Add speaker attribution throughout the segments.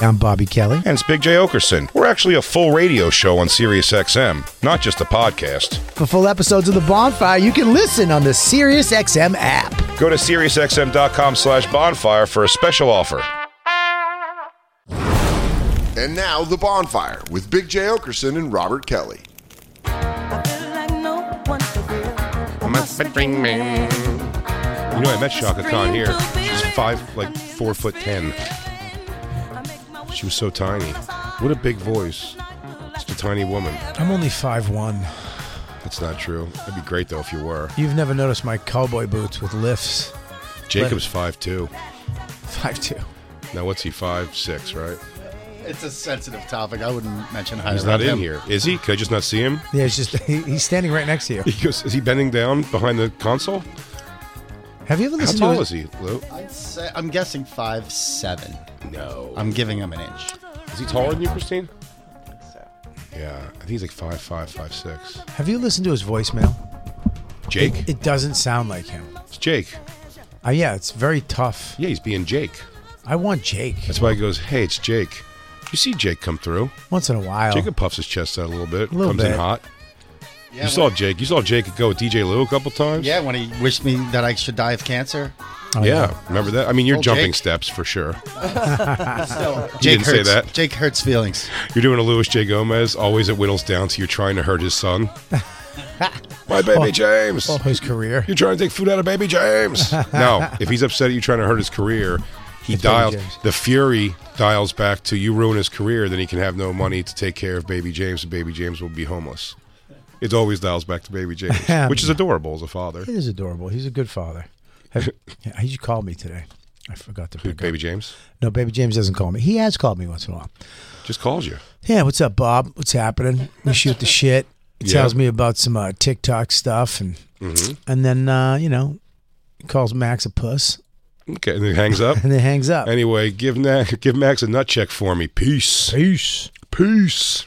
Speaker 1: I'm Bobby Kelly.
Speaker 2: And it's Big J. Okerson. We're actually a full radio show on SiriusXM, not just a podcast.
Speaker 1: For full episodes of The Bonfire, you can listen on the SiriusXM app.
Speaker 2: Go to SiriusXM.com slash bonfire for a special offer.
Speaker 3: And now The Bonfire with Big J. Okerson and Robert Kelly.
Speaker 2: You know, I met Shaka Khan here. She's five, like four foot ten. She was so tiny. What a big voice. Just a tiny woman.
Speaker 4: I'm only five one.
Speaker 2: That's not true. That'd be great though if you were.
Speaker 4: You've never noticed my cowboy boots with lifts.
Speaker 2: Jacob's five two.
Speaker 4: Five two.
Speaker 2: Now what's he five six, right?
Speaker 5: It's a sensitive topic. I wouldn't mention higher.
Speaker 2: He's not
Speaker 5: than
Speaker 2: in
Speaker 5: him.
Speaker 2: here, is he? Could I just not see him?
Speaker 4: Yeah, it's just he, he's standing right next to you.
Speaker 2: He goes, is he bending down behind the console?
Speaker 4: Have you ever
Speaker 2: How
Speaker 4: listened
Speaker 2: tall
Speaker 4: to
Speaker 2: is he, Lou?
Speaker 5: I'd say, I'm guessing five seven.
Speaker 2: No.
Speaker 5: I'm giving him an inch.
Speaker 2: Is he taller than you, Christine? Yeah, I think he's like five five, five six.
Speaker 4: Have you listened to his voicemail?
Speaker 2: Jake?
Speaker 4: It, it doesn't sound like him.
Speaker 2: it's Jake.
Speaker 4: Uh, yeah, it's very tough.
Speaker 2: Yeah, he's being Jake.
Speaker 4: I want Jake
Speaker 2: That's why he goes, "Hey, it's Jake." You see Jake come through.
Speaker 4: once in a while.
Speaker 2: Jacob puffs his chest out a little bit.
Speaker 4: Oh. A little
Speaker 2: comes in
Speaker 4: bit.
Speaker 2: hot.
Speaker 5: Yeah,
Speaker 2: you saw Jake. You saw Jake go with DJ Lou a couple times.
Speaker 5: Yeah, when he wished me that I should die of cancer.
Speaker 4: Oh,
Speaker 2: yeah. Remember that? I mean, you're
Speaker 5: Old
Speaker 2: jumping
Speaker 5: Jake.
Speaker 2: steps for sure.
Speaker 5: So,
Speaker 2: didn't say
Speaker 5: hurts.
Speaker 2: that.
Speaker 5: Jake hurts feelings.
Speaker 2: You're doing a Luis J. Gomez, always at Whittles down, so you're trying to hurt his son. My baby James.
Speaker 4: Oh, his career.
Speaker 2: You're trying to take food out of baby James. no, if he's upset at you trying to hurt his career, he
Speaker 4: It's Baby
Speaker 2: dials
Speaker 4: James.
Speaker 2: the fury dials back to you ruin his career, then he can have no money to take care of baby James, and baby James will be homeless. It always dials back to baby James, which is adorable as a father.
Speaker 4: It is adorable. He's a good father. Have, yeah, he called me today. I forgot to
Speaker 2: Who,
Speaker 4: pick
Speaker 2: Baby
Speaker 4: up.
Speaker 2: James
Speaker 4: No, baby James doesn't call me. He has called me once in a while.
Speaker 2: just called you.
Speaker 4: Yeah, what's up, Bob? What's happening? We shoot the shit. He
Speaker 2: Yeah. Mm-hmm.
Speaker 4: tells me about some uh, TikTok stuff, and and then uh, you know, he calls Max a puss,
Speaker 2: Okay, and he hangs up.
Speaker 4: and then hangs up.
Speaker 2: anyway, give Na- give Max a nut check for me. Peace.
Speaker 4: Peace.
Speaker 2: Peace.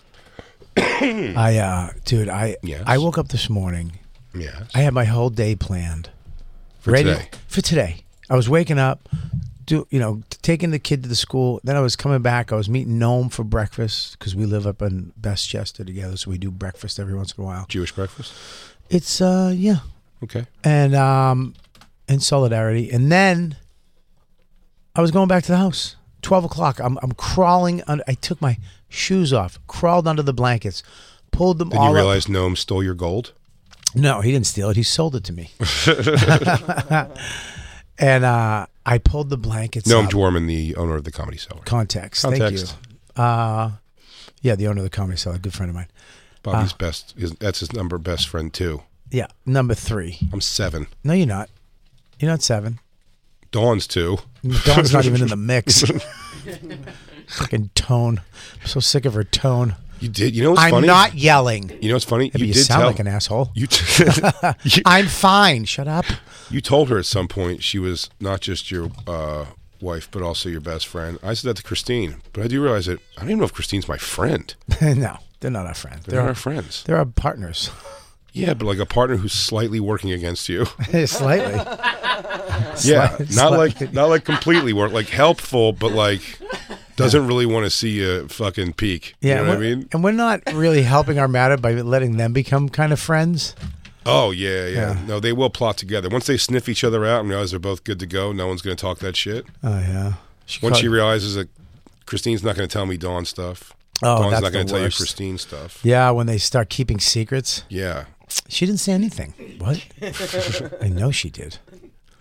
Speaker 4: I, uh, dude, I
Speaker 2: Hmm. Yes.
Speaker 4: I woke up this morning.
Speaker 2: Yeah.
Speaker 4: I had my whole day planned.
Speaker 2: For today.
Speaker 4: For today, I was waking up, do you know, t- taking the kid to the school. Then I was coming back. I was meeting Nome for breakfast because we live up in Westchester together, so we do breakfast every once in a while.
Speaker 2: Jewish breakfast.
Speaker 4: It's uh, yeah,
Speaker 2: Okay.
Speaker 4: and um in solidarity and then i was going back to the house 12 o'clock i'm, I'm crawling under, i took my shoes off crawled under the blankets pulled them
Speaker 2: Then
Speaker 4: all
Speaker 2: you
Speaker 4: up.
Speaker 2: realize Gnome stole your gold.
Speaker 4: no he didn't steal it he sold it to me and uh i pulled the blankets
Speaker 2: Gnome
Speaker 4: up.
Speaker 2: Dwarman, the owner of the Comedy Cellar.
Speaker 4: context.
Speaker 2: Context.
Speaker 4: thank you uh yeah the owner of the comedy cellar good friend of mine
Speaker 2: Bobby's
Speaker 4: Ah.
Speaker 2: best. His, that's his number best friend too.
Speaker 4: yeah number three
Speaker 2: I'm seven.
Speaker 4: no you're not you're not seven
Speaker 2: Dawn's two.
Speaker 4: Dawn's not even in the mix. Fucking tone. I'm so sick of her tone.
Speaker 2: You did. You know what's
Speaker 4: I'm
Speaker 2: funny?
Speaker 4: not yelling.
Speaker 2: You know what's funny?
Speaker 4: Yeah, but you
Speaker 2: did
Speaker 4: sound
Speaker 2: tell-
Speaker 4: like an asshole.
Speaker 2: You, t- you,
Speaker 4: I'm fine. Shut up.
Speaker 2: you told her at some point she was not just your uh, wife, but also your best friend. I said that to Christine, but I do realize that I don't even know if Christine's my friend.
Speaker 4: no, they're not our friends.
Speaker 2: They're our friends.
Speaker 4: They're our partners.
Speaker 2: Yeah, but like a partner who's slightly working against you.
Speaker 4: Slightly.
Speaker 2: Yeah,
Speaker 4: Slight-
Speaker 2: not
Speaker 4: slight-
Speaker 2: like not like completely work, like helpful, but like doesn't really want to see you fucking peak.
Speaker 4: Yeah.
Speaker 2: you know what I
Speaker 4: we're-
Speaker 2: mean.
Speaker 4: And we're not really helping our matter by letting them become kind of friends.
Speaker 2: Oh yeah, yeah,
Speaker 4: Yeah.
Speaker 2: No, they will plot together. Once they sniff each other out and realize they're both good to go, no one's going to talk that shit.
Speaker 4: Oh yeah. She
Speaker 2: Once
Speaker 4: called-
Speaker 2: she realizes that Christine's not going to tell me Dawn stuff.
Speaker 4: Oh,
Speaker 2: Dawn's
Speaker 4: that's
Speaker 2: not
Speaker 4: the
Speaker 2: going to tell you
Speaker 4: worst.
Speaker 2: Christine stuff.
Speaker 4: yeah, when they start keeping secrets,
Speaker 2: Yeah.
Speaker 4: she didn't say anything. What? I know she did.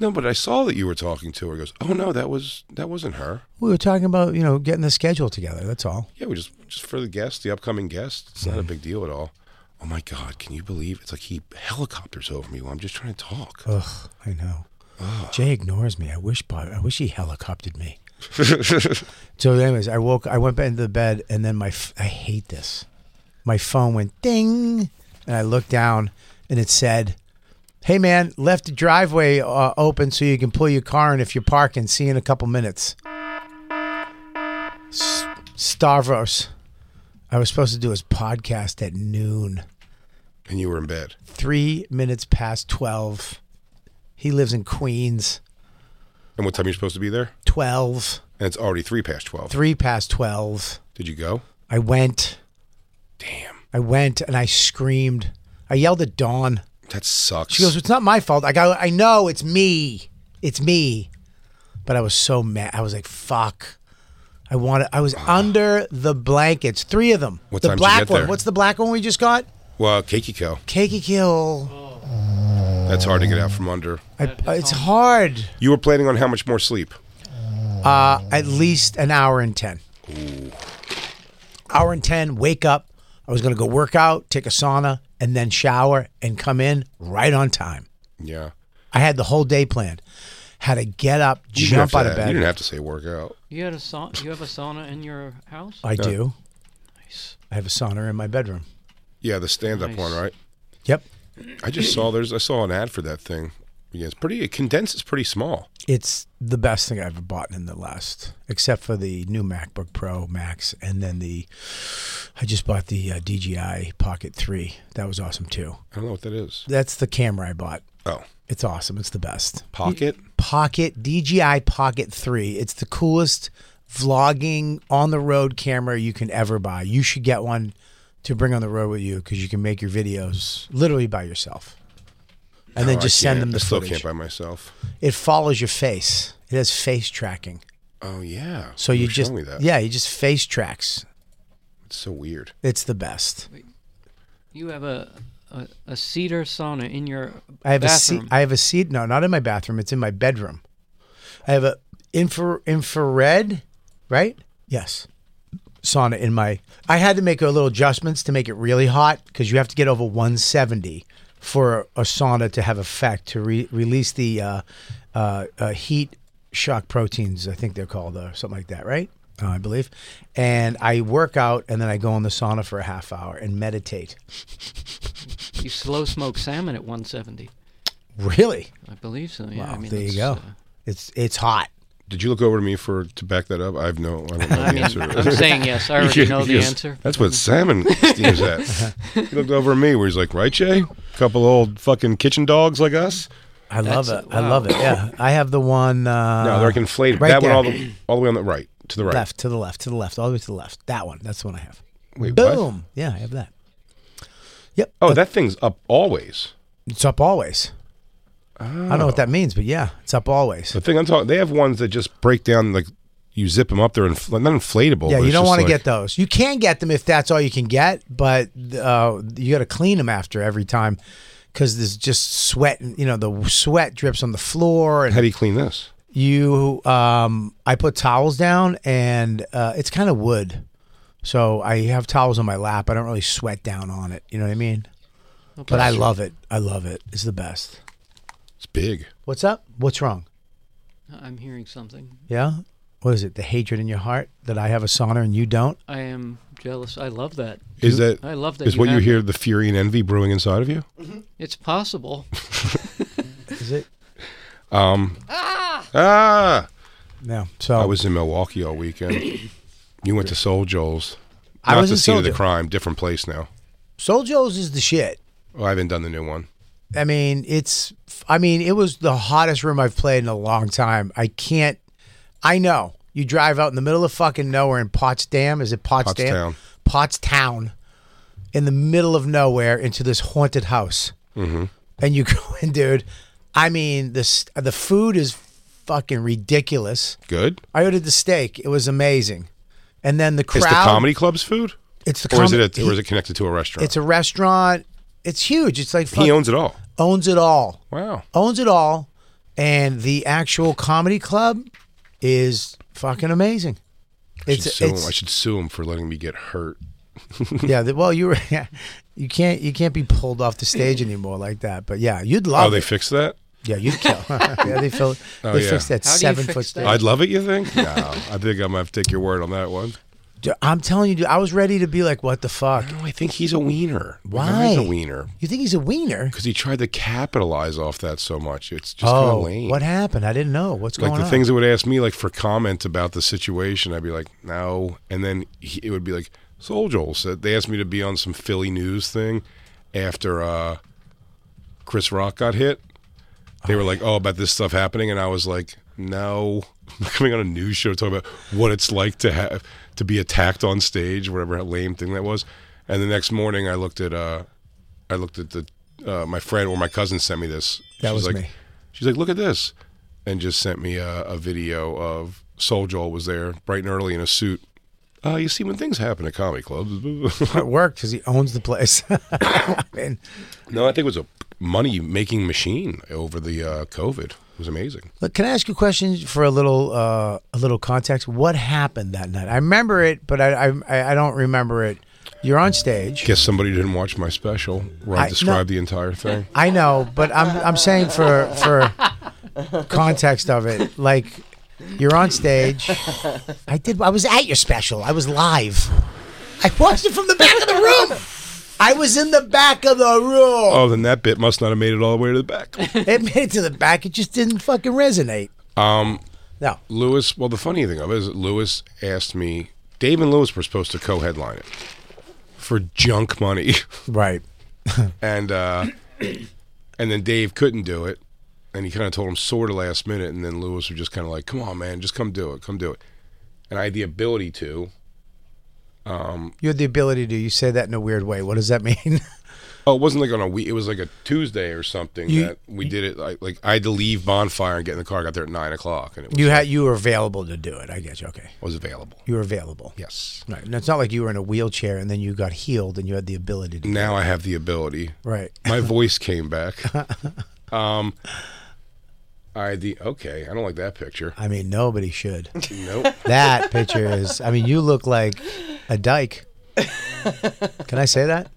Speaker 2: No, but I saw that you were talking to her. Goes, oh no, that was that wasn't her.
Speaker 4: We were talking about you know getting the schedule together. That's all.
Speaker 2: Yeah, we just just for the guests, the upcoming guests. It's
Speaker 4: Mm-hmm.
Speaker 2: not a big deal at all. Oh my God, can you believe it's like he helicopters over me while I'm just trying to talk.
Speaker 4: Ugh, I know. Jay ignores me. I wish. Bob- I wish he helicoptered me. so, anyways, I woke. I went back into the bed, and then my. F- I hate this. My phone went ding, and I looked down, and it said, "Hey man, left the driveway uh, open so you can pull your car in if you're parking. See you in a couple minutes." S- Starvos. I was supposed to do his podcast at noon
Speaker 2: and you were in bed.
Speaker 4: three minutes past 12. He lives in Queens.
Speaker 2: And what time are you supposed to be there?
Speaker 4: 12,
Speaker 2: And it's already three past twelve.
Speaker 4: three past 12.
Speaker 2: Did you go?
Speaker 4: I went,
Speaker 2: Damn,
Speaker 4: I went and I screamed. I yelled at Dawn.
Speaker 2: that sucks.
Speaker 4: She goes, It's not my fault. I go, I know it's me. It's me. But I was so mad. I was like, Fuck. I wanted, I was under the blankets, three of them.
Speaker 2: What
Speaker 4: the
Speaker 2: time did you
Speaker 4: black
Speaker 2: get
Speaker 4: one.
Speaker 2: there?
Speaker 4: What's the black one we just got?
Speaker 2: well, uh, Keikiko.
Speaker 4: Cakey Kill.
Speaker 2: That's hard to get out from under.
Speaker 4: I, it's hard.
Speaker 2: You were planning on how much more sleep?
Speaker 4: Uh, at least an hour and 10. Hour and 10, wake up. I was going to go work out, take a sauna, and then shower and come in right on time.
Speaker 2: Yeah.
Speaker 4: I had the whole day planned. Had to get up,
Speaker 2: You didn't
Speaker 4: jump
Speaker 2: have
Speaker 4: out
Speaker 2: to-
Speaker 4: of
Speaker 2: You
Speaker 4: bed.
Speaker 2: didn't have to say workout.
Speaker 6: You had a sa- you have a sauna in your house?
Speaker 4: I do. I have a sauna in my bedroom.
Speaker 2: Yeah, the stand-up
Speaker 6: Nice.
Speaker 2: one, right?
Speaker 4: Yep.
Speaker 2: I just saw there's I saw an ad for that thing. Yeah, it's pretty. It condenses pretty small.
Speaker 4: It's the best thing I ever bought in the last, except for the new MacBook Pro Max, and then the. I just bought the uh, DJI Pocket Three. That was awesome too.
Speaker 2: I don't know what that is.
Speaker 4: That's the camera I bought.
Speaker 2: Oh,
Speaker 4: It's awesome. It's the best.
Speaker 2: pocket.
Speaker 4: Pocket DJI Pocket 3. It's the coolest vlogging on the road camera you can ever buy. You should get one to bring on the road with you because you can make your videos literally by yourself. And then
Speaker 2: No, I
Speaker 4: just send
Speaker 2: can't.
Speaker 4: them the
Speaker 2: I still
Speaker 4: footage.
Speaker 2: can't by myself.
Speaker 4: It follows your face. It has face tracking.
Speaker 2: Oh yeah.
Speaker 4: So you,
Speaker 2: were
Speaker 4: just
Speaker 2: showing me that.
Speaker 4: yeah, you just face tracks.
Speaker 2: It's so weird.
Speaker 4: It's the best.
Speaker 6: You have a, a, a cedar sauna in your
Speaker 4: I have a
Speaker 6: bathroom.
Speaker 4: seat. I have a seat. No, not in my bathroom. It's in my bedroom. I have a infra- infrared, right? Yes, sauna in my. I had to make a little adjustments to make it really hot because you have to get over 170 for a sauna to have effect to re- release the uh, uh, uh, heat shock proteins. I think they're called or something like that, right? Uh, I believe. And I work out and then I go in the sauna for a half hour and meditate.
Speaker 6: you slow smoke salmon at 170.
Speaker 4: Really?
Speaker 6: I believe so. Yeah.
Speaker 4: Wow,
Speaker 6: I mean,
Speaker 4: there you
Speaker 6: it's,
Speaker 4: go.
Speaker 6: uh,
Speaker 4: it's it's hot.
Speaker 2: Did you look over to me for to back that up? I have no. I don't know
Speaker 6: I
Speaker 2: the
Speaker 6: mean,
Speaker 2: answer.
Speaker 6: I'm saying yes. I already
Speaker 2: You
Speaker 6: know the
Speaker 2: just-
Speaker 6: answer.
Speaker 2: That's what salmon steams at. he looked over at me where he's like, right, Jay? Couple old fucking kitchen dogs like us?
Speaker 4: I love
Speaker 6: That's-
Speaker 4: it. I love it. Yeah, I have the one. Uh,
Speaker 2: No, they're conflated.
Speaker 4: right
Speaker 2: that
Speaker 4: there.
Speaker 2: one all the, all the way on the right, to the right.
Speaker 4: left to the left to the left all the way to the left. That one. That's the one I have.
Speaker 2: Wait, what?
Speaker 4: Boom. Yeah, I have that. Yep.
Speaker 2: Oh, that thing's up always.
Speaker 4: It's up always. I don't know
Speaker 2: Oh.
Speaker 4: what that means, but yeah, it's up always.
Speaker 2: The thing I'm talking, they have ones that just break down, like you zip them up. They're infl- not inflatable.
Speaker 4: yeah, you
Speaker 2: but it's
Speaker 4: don't
Speaker 2: just
Speaker 4: want to
Speaker 2: like-
Speaker 4: get those. You can get them if that's all you can get, but uh, you got to clean them after every time because there's just sweat. And, you know, the sweat drips on the floor, and
Speaker 2: How do you clean this?
Speaker 4: you um i put towels down and uh it's kind of wood so i have towels on my lap i don't really sweat down on it you know what i mean but i love it i love it it's the best
Speaker 2: It's big.
Speaker 4: what's up what's wrong
Speaker 6: I'm hearing something.
Speaker 4: yeah what is it the hatred in your heart that i have a sauna and you don't
Speaker 6: I am jealous. I love that.
Speaker 2: Is that?
Speaker 6: I love that
Speaker 2: Is
Speaker 6: you
Speaker 2: what you
Speaker 6: have
Speaker 2: hear the fury and envy brewing inside of you?
Speaker 6: It's possible.
Speaker 4: is it
Speaker 2: Um. Ah!
Speaker 4: no so
Speaker 2: I was in Milwaukee all weekend. you went to Soul Joel's.
Speaker 4: I
Speaker 2: Not
Speaker 4: was
Speaker 2: the
Speaker 4: in
Speaker 2: scene
Speaker 4: Soul
Speaker 2: of the
Speaker 4: Joe-
Speaker 2: crime, different place now.
Speaker 4: soul joe's is the shit
Speaker 2: Oh, I haven't done the new one.
Speaker 4: I mean, it's. I mean, it was the hottest room I've played in a long time. I can't. I know you drive out in the middle of fucking nowhere in Potsdam. Is it Potsdam?
Speaker 2: Mm-hmm.
Speaker 4: Pottstown. In the middle of nowhere into this haunted house. and you go in, dude. I mean, this the food is fucking ridiculous.
Speaker 2: Good.
Speaker 4: I ordered the steak. It was amazing. And then the crowd.
Speaker 2: Is the comedy club's food?
Speaker 4: It's the
Speaker 2: or is
Speaker 4: com-
Speaker 2: it a,
Speaker 4: he-
Speaker 2: or is it connected to a restaurant?
Speaker 4: It's a restaurant. It's huge. It's like
Speaker 2: he
Speaker 4: fuck-
Speaker 2: owns it all.
Speaker 4: owns it all.
Speaker 2: Wow.
Speaker 4: Owns it all, and the actual comedy club is fucking amazing.
Speaker 2: I should,
Speaker 4: It's,
Speaker 2: sue him.
Speaker 4: it's
Speaker 2: I should sue him for letting me get hurt.
Speaker 4: yeah. the- Well, you were you can't you can't be pulled off the stage anymore like that. But yeah, you'd
Speaker 2: Oh,
Speaker 4: love
Speaker 2: they
Speaker 4: it.
Speaker 2: fixed that?
Speaker 4: yeah, you'd kill. yeah, they filled,
Speaker 2: Oh,
Speaker 4: they
Speaker 2: yeah.
Speaker 4: fixed that
Speaker 6: How do you
Speaker 4: seven
Speaker 6: fix
Speaker 4: foot
Speaker 6: that?
Speaker 4: stage.
Speaker 2: I'd love it, you think? No. I think I'm going to have to take your word on that one.
Speaker 4: Dude, I'm telling you, dude, I was ready to be like, what the fuck?
Speaker 2: No, I think he's a wiener.
Speaker 4: Why?
Speaker 2: He's a wiener.
Speaker 4: You think he's a wiener?
Speaker 2: Because he tried to capitalize off that so much. It's just kind
Speaker 4: oh,
Speaker 2: of lame.
Speaker 4: what happened? I didn't know. What's
Speaker 2: like
Speaker 4: going
Speaker 2: the
Speaker 4: on?
Speaker 2: things that would ask me like for comment about the situation, I'd be like, no. And then he, it would be like, Soul Joel said they asked me to be on some Philly news thing after uh, Chris Rock got hit. They were like, oh, about this stuff happening, and I was like, no, I'm not coming on a news show to talk about what it's like to have to be attacked on stage, whatever lame thing that was. And the next morning, I looked at uh, I looked at the uh, my friend or my cousin sent me this.
Speaker 4: That
Speaker 2: She's
Speaker 4: was
Speaker 2: like,
Speaker 4: me.
Speaker 2: She's like, look at this, and just sent me a, a video of Soul Joel was there bright and early in a suit. Uh, you see, when things happen at comedy clubs,
Speaker 4: It worked because he owns the place. I mean,
Speaker 2: no, I think it was a money making machine over the uh, COVID. It was amazing.
Speaker 4: look, can I ask you a question for a little uh, a little context? What happened that night? I remember it, but I I, I don't remember it. You're on stage.
Speaker 2: Guess somebody didn't watch my special where
Speaker 4: I-
Speaker 2: I,
Speaker 4: no.
Speaker 2: described the entire thing.
Speaker 4: I know, but I'm I'm saying for for context of it, like you're on stage. I did. I was at your special. I was live. I watched it from the back of the room. I was in the back of the room.
Speaker 2: Oh, then that bit must not have made it all the way to the back.
Speaker 4: It made it to the back. It just didn't fucking resonate.
Speaker 2: Um,
Speaker 4: No.
Speaker 2: Lewis. Well, the funny thing of it is, that Lewis asked me. Dave and Lewis were supposed to co-headline it for junk money,
Speaker 4: Right.
Speaker 2: and uh, and then Dave couldn't do it, and he kind of told him sort of last minute, and then Lewis was just kind of like, "Come on, man, just come do it, come do it." And I had the ability to.
Speaker 4: You had the ability to. You say that in a weird way. What does that mean?
Speaker 2: Oh, it wasn't like on a week. It was like a Tuesday or something
Speaker 4: You-
Speaker 2: that we did it. Like, like I had to leave bonfire and get in the car. I got there at nine o'clock, and it was,
Speaker 4: you had you were available to do it. I get you. Okay.
Speaker 2: was available.
Speaker 4: You were available.
Speaker 2: Yes.
Speaker 4: Right. And it's not like you were in a wheelchair and then you got healed and you had the ability to.
Speaker 2: Now I have the ability.
Speaker 4: Right.
Speaker 2: my voice came back. Um, I the okay. I don't like that picture.
Speaker 4: I mean, nobody should.
Speaker 2: Nope.
Speaker 4: That picture is. I mean, you look like a dyke. Can I say that?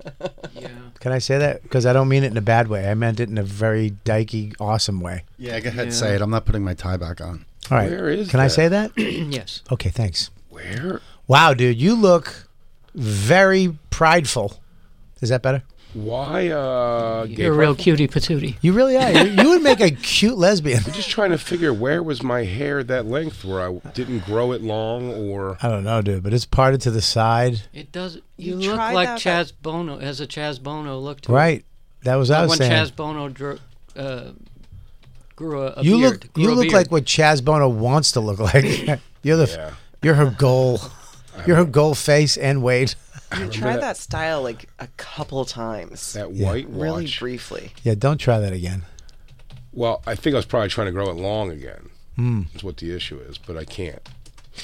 Speaker 6: Yeah.
Speaker 4: Can I say that? Because I don't mean it in a bad way. I meant it in a very dykey, awesome way.
Speaker 5: Yeah, go ahead
Speaker 6: Yeah.
Speaker 5: say it. I'm not putting my tie back on.
Speaker 4: All right.
Speaker 2: Where is
Speaker 4: Can I
Speaker 2: that?
Speaker 4: say that?
Speaker 6: yes.
Speaker 4: Okay. Thanks.
Speaker 2: Where?
Speaker 4: Wow, dude, you look very prideful. Is that better?
Speaker 2: Why? Uh, gay
Speaker 6: You're a real
Speaker 2: pride-
Speaker 6: cutie patootie.
Speaker 4: You really are. you, you would make a cute lesbian.
Speaker 2: I'm just trying to figure where was my hair that length where I didn't grow it long or
Speaker 4: I don't know, dude, but it's parted to the side.
Speaker 6: It does. You,
Speaker 7: You
Speaker 6: look
Speaker 7: tried
Speaker 6: like
Speaker 7: that,
Speaker 6: Chaz Bono has a Chaz Bono look to it.
Speaker 4: Right. That was what I was
Speaker 6: when
Speaker 4: saying.
Speaker 6: Chaz Bono drew, uh, grew a, a
Speaker 4: you
Speaker 6: beard.
Speaker 4: look
Speaker 6: grew
Speaker 4: you
Speaker 6: a
Speaker 4: look
Speaker 6: beard.
Speaker 4: like what Chaz Bono wants to look like. you're the
Speaker 2: Yeah.
Speaker 4: you're her goal. You're her goal face and weight.
Speaker 7: You tried that style like a couple times,
Speaker 2: that white watch?
Speaker 7: really briefly.
Speaker 4: Yeah, don't try that again.
Speaker 2: Well, I think I was probably trying to grow it long again.
Speaker 6: Hmm.
Speaker 2: That's what the issue is, but I can't.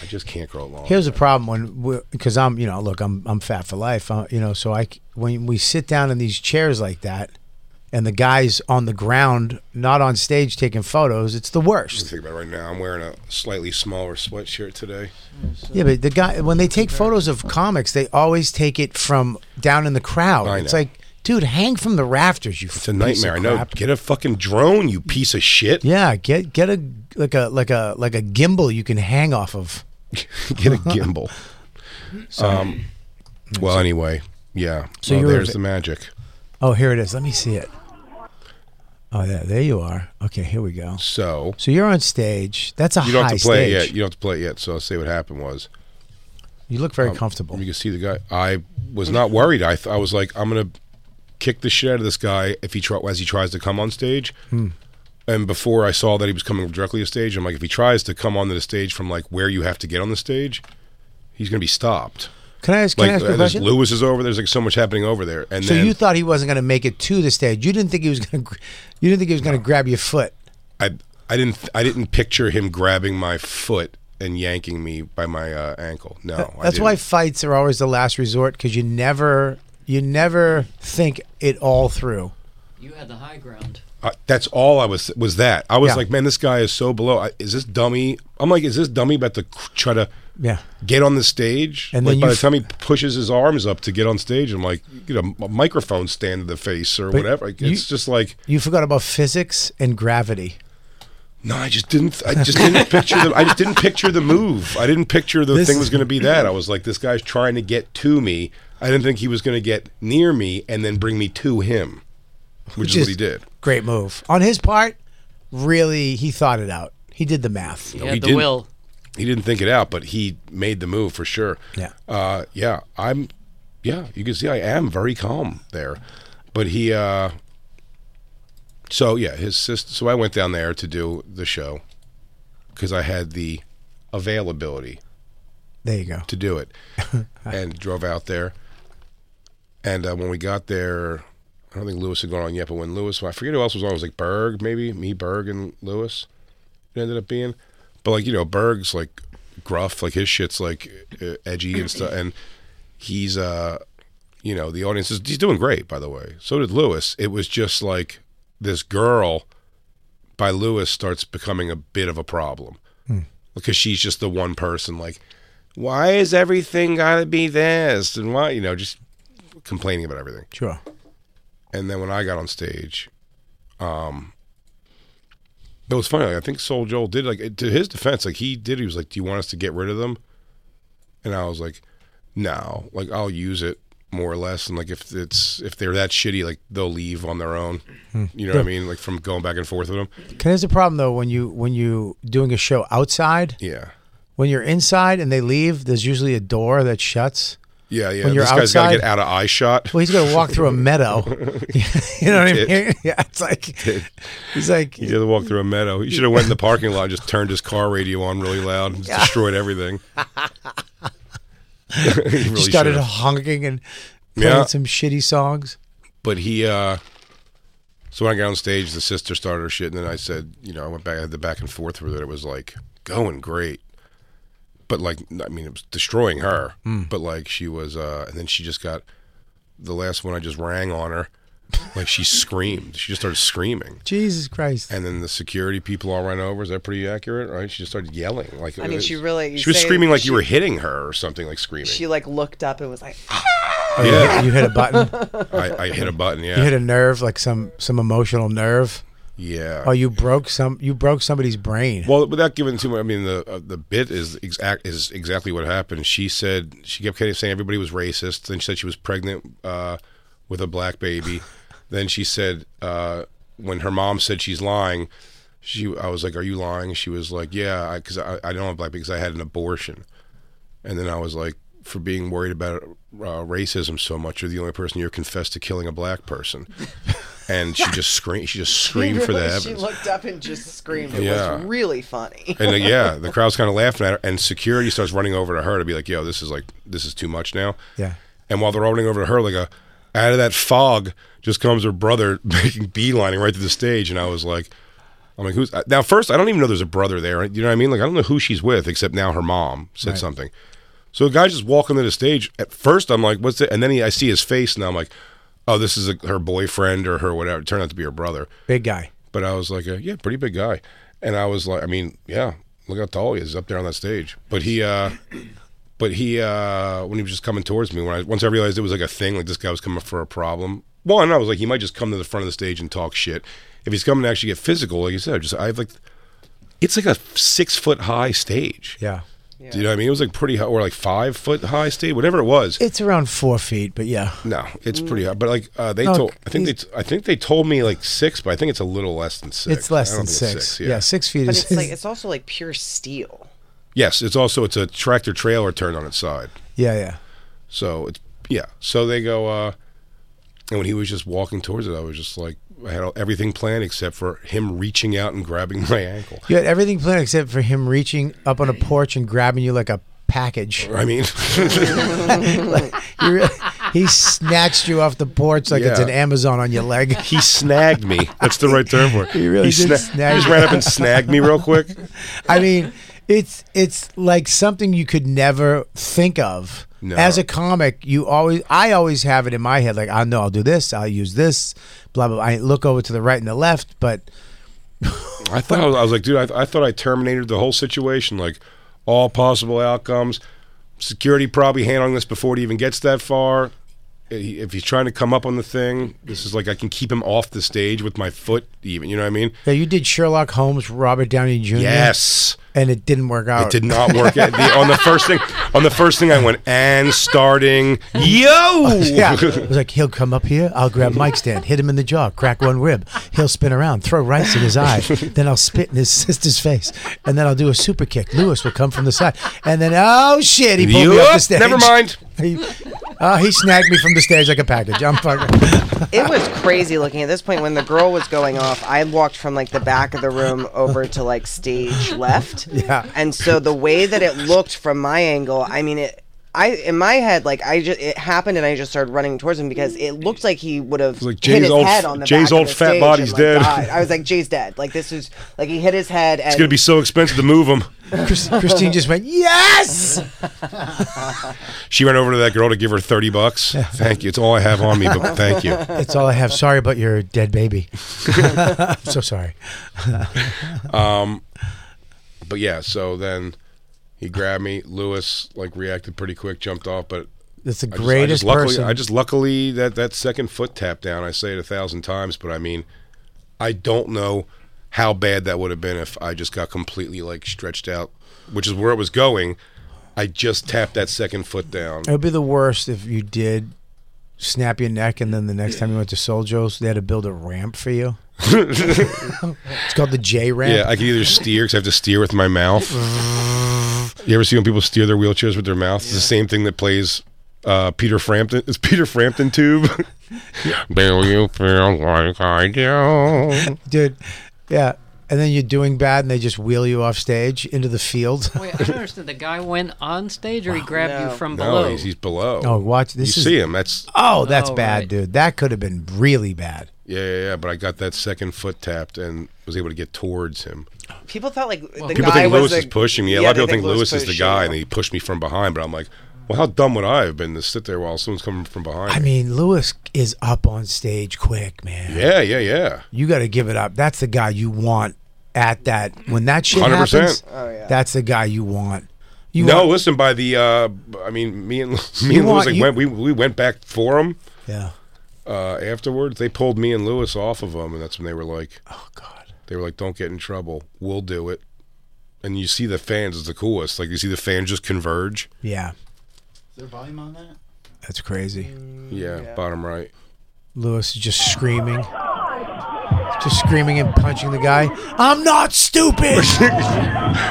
Speaker 2: I just can't grow it long.
Speaker 4: Here's the problem when because I'm you know look I'm I'm fat for life uh, you know so I c- when we sit down in these chairs like that and the guys on the ground not on stage taking photos it's the worst
Speaker 2: Think about it right now. I'm wearing a slightly smaller sweatshirt today.
Speaker 4: yeah but the guy when they take photos of comics they always take it from down in the crowd
Speaker 2: I
Speaker 4: it's
Speaker 2: know.
Speaker 4: like dude hang from the rafters you
Speaker 2: It's a nightmare. I know. Get a fucking drone, you piece of shit.
Speaker 4: yeah get get a like a like a like a gimbal you can hang off of
Speaker 2: get a gimbal. um, well, anyway, yeah.
Speaker 4: So
Speaker 2: So
Speaker 4: you were-
Speaker 2: there's the magic.
Speaker 4: oh here it is let me see it oh yeah there you are okay here we go
Speaker 2: So
Speaker 4: so you're on stage that's a
Speaker 2: you don't
Speaker 4: high
Speaker 2: have to play
Speaker 4: stage
Speaker 2: it yet. You don't have to play it yet. So I'll say what happened was
Speaker 4: You look very
Speaker 2: um,
Speaker 4: comfortable.
Speaker 2: You can see the guy. I was not worried. I th- I was like, I'm gonna kick the shit out of this guy if he try- as he tries to come on stage.
Speaker 4: Hmm.
Speaker 2: And before I saw that he was coming directly to stage, I'm like, if he tries to come onto the stage from like where you have to get on the stage, he's gonna be stopped.
Speaker 4: Can I ask- can
Speaker 2: Like,
Speaker 4: I ask you a
Speaker 2: uh, there's
Speaker 4: question?
Speaker 2: Lewis is over. There's like so much happening over there, and
Speaker 4: so
Speaker 2: then
Speaker 4: you thought he wasn't going to make it to the stage. You didn't think he was going to. You didn't think he was going to grab your foot.
Speaker 2: I I didn't I didn't picture him grabbing my foot and yanking me by my uh, ankle. No, I
Speaker 4: That's
Speaker 2: didn't.
Speaker 4: why fights are always the last resort because you never you never think it all through.
Speaker 6: You had the high ground.
Speaker 2: I, that's all I was was that. I was
Speaker 4: Yeah.
Speaker 2: like, man, this guy is so below. I, is this dummy? I'm like, is this dummy about to cr- try to
Speaker 4: Yeah.
Speaker 2: get on the stage?
Speaker 4: And
Speaker 2: like,
Speaker 4: then
Speaker 2: by
Speaker 4: you
Speaker 2: the time he pushes his arms up to get on stage, I'm like, you know, a microphone stand to the face or
Speaker 4: But
Speaker 2: whatever. Like,
Speaker 4: you-
Speaker 2: it's just like,
Speaker 4: You forgot about physics and gravity.
Speaker 2: no, I just didn't. I just didn't picture. The, I just didn't picture the move. I didn't picture the
Speaker 4: This-
Speaker 2: thing was going to be that. I was like, this guy's trying to get to me. I didn't think he was going to get near me and then bring me to him, which, is what he did.
Speaker 4: Great move on his part. Really, he thought it out. He did the math.
Speaker 2: No, didn't- He didn't think it out, but he made the move for sure.
Speaker 4: Yeah.
Speaker 2: Uh, yeah. I'm. Yeah, you can see I am very calm there, but he. Uh, so yeah, his sister. So I went down there to do the show because I had the availability
Speaker 4: There you go.
Speaker 2: to do it, and drove out there. And uh, when we got there, I don't think Lewis had gone on yet. But when Lewis, I forget who else was on. It was like Berg, maybe me, Berg, and Lewis. It ended up being, but like you know, Berg's like gruff, like his shit's like uh, edgy and stuff, and he's uh, you know, the audience is he's doing great by the way. So did Lewis. It was just like this girl by Lewis starts becoming a bit of a problem because she's just the one person like why is everything got to be this and why you know just complaining about everything
Speaker 4: Sure.
Speaker 2: and then when i got on stage um it was funny like, i think soul joel did like it- to his defense like he did he was like do you want us to get rid of them and i was like no like i'll use it more or less and like if it's if they're that shitty like they'll leave on their own
Speaker 4: Hmm.
Speaker 2: you know what i
Speaker 4: Yeah.
Speaker 2: mean like from going back and forth with them
Speaker 4: Can there's a problem though when you when you doing a show outside.
Speaker 2: yeah
Speaker 4: When you're inside and they leave, there's usually a door that shuts.
Speaker 2: yeah yeah
Speaker 4: When you're
Speaker 2: this guy's got to
Speaker 4: outside-
Speaker 2: get out of eye shot
Speaker 4: Well, he's going to walk through a meadow. you know what I mean? Yeah, it's like he's like
Speaker 2: He did walk through a meadow. He should have went in the parking lot, and just turned his car radio on really loud, and destroyed everything. He really
Speaker 4: he started
Speaker 2: should've.
Speaker 4: honking and playing
Speaker 2: Yeah.
Speaker 4: some shitty songs.
Speaker 2: But he, uh so when I got on stage, the sister started her shit, and then I said, you know, I went back, I had the back and forth with it. It was like going great, but like, I mean, it was destroying her.
Speaker 4: Hmm.
Speaker 8: Mm.
Speaker 2: But like, she was, uh and then she just got the last one. I just rang on her, like she screamed. She just started screaming.
Speaker 4: Jesus Christ!
Speaker 2: And then the security people all ran over. Is that pretty accurate? Right? She just started yelling. Like uh,
Speaker 7: I mean, she really- you
Speaker 2: she was
Speaker 7: say
Speaker 2: screaming like
Speaker 7: she-
Speaker 2: you were hitting her or something, like screaming.
Speaker 7: She like looked up and was like,
Speaker 2: yeah,
Speaker 4: you hit a button.
Speaker 2: I, I hit a button. Yeah,
Speaker 4: Oh, You hit a nerve, like some some emotional nerve.
Speaker 2: Yeah.
Speaker 4: Oh, you broke some. You broke somebody's brain.
Speaker 2: Well, without giving too much, I mean the uh, the bit is exact is exactly what happened. She said she kept kind of saying everybody was racist. Then she said she was pregnant uh, with a black baby. then she said uh, when her mom said she's lying, she I was like, "Are you lying?" She was like, "Yeah," because I, I don't have black because I had an abortion. And then I was like, "For being worried about uh, racism so much, you're the only person here confessed to killing a black person." and she just screamed. She just screamed for the
Speaker 7: Really?
Speaker 2: heavens.
Speaker 7: She looked up and just screamed. It
Speaker 2: Yeah.
Speaker 7: was really funny.
Speaker 2: And uh, yeah, the crowd's kind of laughing at her, and security starts running over to her to be like, "Yo, this is like this is too much now."
Speaker 4: Yeah.
Speaker 2: And while they're running over to her, like a out of that fog just comes her brother making beelining right to the stage, and I was like, "I'm like, who's uh, now?" First, I don't even know there's a brother there. You know what I mean? Like, I don't know who she's with, except now her mom said
Speaker 9: Right.
Speaker 2: something. So the guy's just walking to the stage. At first, I'm like, "What's it?" And then he, I see his face, and I'm like, "Oh, this is a, her boyfriend or her whatever." It turned out to be her brother
Speaker 4: Big guy.
Speaker 2: but I was like, uh, yeah, pretty big guy, and I was like, I mean, yeah, look how tall he is up there on that stage. But he, uh, but he, uh, when he was just coming towards me, when I once I realized it was like a thing, like this guy was coming for a problem. One, I was like, he might just come to the front of the stage and talk shit. If he's coming to actually get physical, like you said, just I have like, it's like a six foot high stage.
Speaker 4: Yeah.
Speaker 2: Do you know what I mean? It was like pretty high, or like five foot high stage, whatever it was.
Speaker 4: It's around four feet, but yeah.
Speaker 2: No, it's pretty high. But like uh, they
Speaker 4: No,
Speaker 2: told, I think they, t- I think they told me like six, but I think it's a little less than six.
Speaker 4: It's less
Speaker 2: I don't
Speaker 4: than
Speaker 2: think
Speaker 4: six.
Speaker 2: it's
Speaker 4: yeah. six feet
Speaker 7: But
Speaker 4: is.
Speaker 7: it's like it's also like pure steel.
Speaker 2: Yes, it's also it's a tractor trailer turned on its side.
Speaker 4: yeah, yeah.
Speaker 2: So it's yeah. So they go uh and when he was just walking towards it, I was just like I had all, everything planned except for him reaching out and grabbing my ankle.
Speaker 4: You had everything planned except for him reaching up on a porch and grabbing you like a package.
Speaker 2: I mean,
Speaker 4: Like, you really- he snatched you off the porch like it's
Speaker 2: Yeah.
Speaker 4: an Amazon on your leg.
Speaker 2: He snagged me. That's the right term for it.
Speaker 4: He really did snag
Speaker 2: He just
Speaker 4: you.
Speaker 2: ran up and snagged me real quick.
Speaker 4: I mean, it's it's like something you could never think of.
Speaker 2: No.
Speaker 4: As a comic, you always I always have it in my head like I know I'll do this, I'll use this, blah blah. blah. I look over to the right and the left, but
Speaker 2: I thought I was, I was like, dude, I, I thought I terminated the whole situation. Like, all possible outcomes. Security probably handling this before it even gets that far. I- If he's trying to come up on the thing, this is like I can keep him off the stage with my foot, even. You know what I mean?
Speaker 4: yeah, you did Sherlock Holmes, Robert Downey Jr.
Speaker 2: Yes.
Speaker 4: and it didn't work out.
Speaker 2: It did not work. out. The- on the first thing, on the first thing, I went and starting. Yo,
Speaker 4: yeah, it was like he'll come up here. I'll grab Mike's stand, hit him in the jaw, crack one rib. He'll spin around, throw rice in his eye. Then I'll spit in his sister's face, and then I'll do a super kick. Lewis will come from the side, and then oh shit, he pulled me off the
Speaker 2: Yup,
Speaker 4: stage.
Speaker 2: never mind.
Speaker 4: He, uh, he snagged me from the stage like a package. I'm fucking.
Speaker 7: It was crazy looking at this point when the girl was going off. I walked from like the back of the room over to like stage left.
Speaker 4: Yeah.
Speaker 7: And so the way that it looked from my angle, I mean it I in my head like I just it happened and I just started running towards him because it looked like he would have
Speaker 2: like
Speaker 7: hit
Speaker 2: Jay's
Speaker 7: his
Speaker 2: old-
Speaker 7: head on the
Speaker 2: Jay's
Speaker 7: back of
Speaker 2: old
Speaker 7: the
Speaker 2: fat
Speaker 7: stage
Speaker 2: body's
Speaker 7: and, like,
Speaker 2: dead.
Speaker 7: died. I was like Jay's dead. Like this is like he hit his head and
Speaker 2: it's gonna be so expensive to move him.
Speaker 4: Chris- Christine just went yes.
Speaker 2: She ran over to that girl to give her thirty bucks. Thank you. It's all I have on me, but thank you.
Speaker 4: That's all I have. Sorry about your dead baby. I'm so sorry.
Speaker 2: But yeah, so then he grabbed me. Lewis like reacted pretty quick, jumped off, but
Speaker 4: That's the
Speaker 2: I just- I just
Speaker 4: greatest
Speaker 2: luckily,
Speaker 4: person.
Speaker 2: I just luckily that that second foot tap down. I say it a thousand times, but I mean, I don't know how bad that would have been if I just got completely like stretched out, which is where it was going. I just tapped that second foot down.
Speaker 4: It would be the worst if you did snap your neck and then the next time you went to Soul Joe's, they had to build a ramp for you. it's called the J ramp.
Speaker 2: Yeah, I can either steer because I have to steer with my mouth. you ever see when people steer their wheelchairs with their mouth? It's the same thing that plays uh, Peter Frampton. It's Peter Frampton tube. do you feel like I do?
Speaker 4: Dude, yeah. And then you're doing bad and they just wheel you off stage into the field.
Speaker 6: Wait, I don't understand. The guy went on stage, or he grabbed you from
Speaker 2: No,
Speaker 6: below.
Speaker 2: he's, he's below.
Speaker 4: Oh, watch this.
Speaker 2: you
Speaker 4: is,
Speaker 2: see him. That's
Speaker 4: Oh, that's
Speaker 6: Oh,
Speaker 4: bad,
Speaker 6: right.
Speaker 4: dude. That could have been really bad.
Speaker 2: yeah, yeah, yeah. But I got that second foot tapped and was able to get towards him.
Speaker 7: people thought like the
Speaker 2: people
Speaker 7: guy
Speaker 2: think
Speaker 7: was
Speaker 2: Lewis
Speaker 7: the-
Speaker 2: is pushing me. Yeah, a lot of
Speaker 7: they
Speaker 2: people think Lewis is
Speaker 7: pushed
Speaker 2: the
Speaker 7: you.
Speaker 2: guy, and he pushed me from behind. But I'm like, well, how dumb would I have been to sit there while someone's coming from behind?
Speaker 4: I
Speaker 2: me?
Speaker 4: mean, Lewis is up on stage quick, man.
Speaker 2: yeah, yeah, yeah.
Speaker 4: You got to give it up. That's the guy you want at that. When that shit
Speaker 2: 100%.
Speaker 4: happens,
Speaker 7: Oh, yeah.
Speaker 4: that's the guy you want. You
Speaker 2: no,
Speaker 4: want-
Speaker 2: listen. By the, uh, I mean, me and me
Speaker 4: You want-
Speaker 2: and Lewis like,
Speaker 4: you-
Speaker 2: went, we we went back for him
Speaker 4: Yeah.
Speaker 2: uh, afterwards. They pulled me and Lewis off of him, and that's when they were like,
Speaker 4: Oh, God.
Speaker 2: they were like, "Don't get in trouble. We'll do it." And you see the fans is the coolest. Like you see the fans just converge.
Speaker 4: Yeah,
Speaker 5: there volume on that?
Speaker 4: that's crazy.
Speaker 2: Yeah, bottom right.
Speaker 4: Lewis is just screaming, just screaming and punching the guy. I'm not stupid.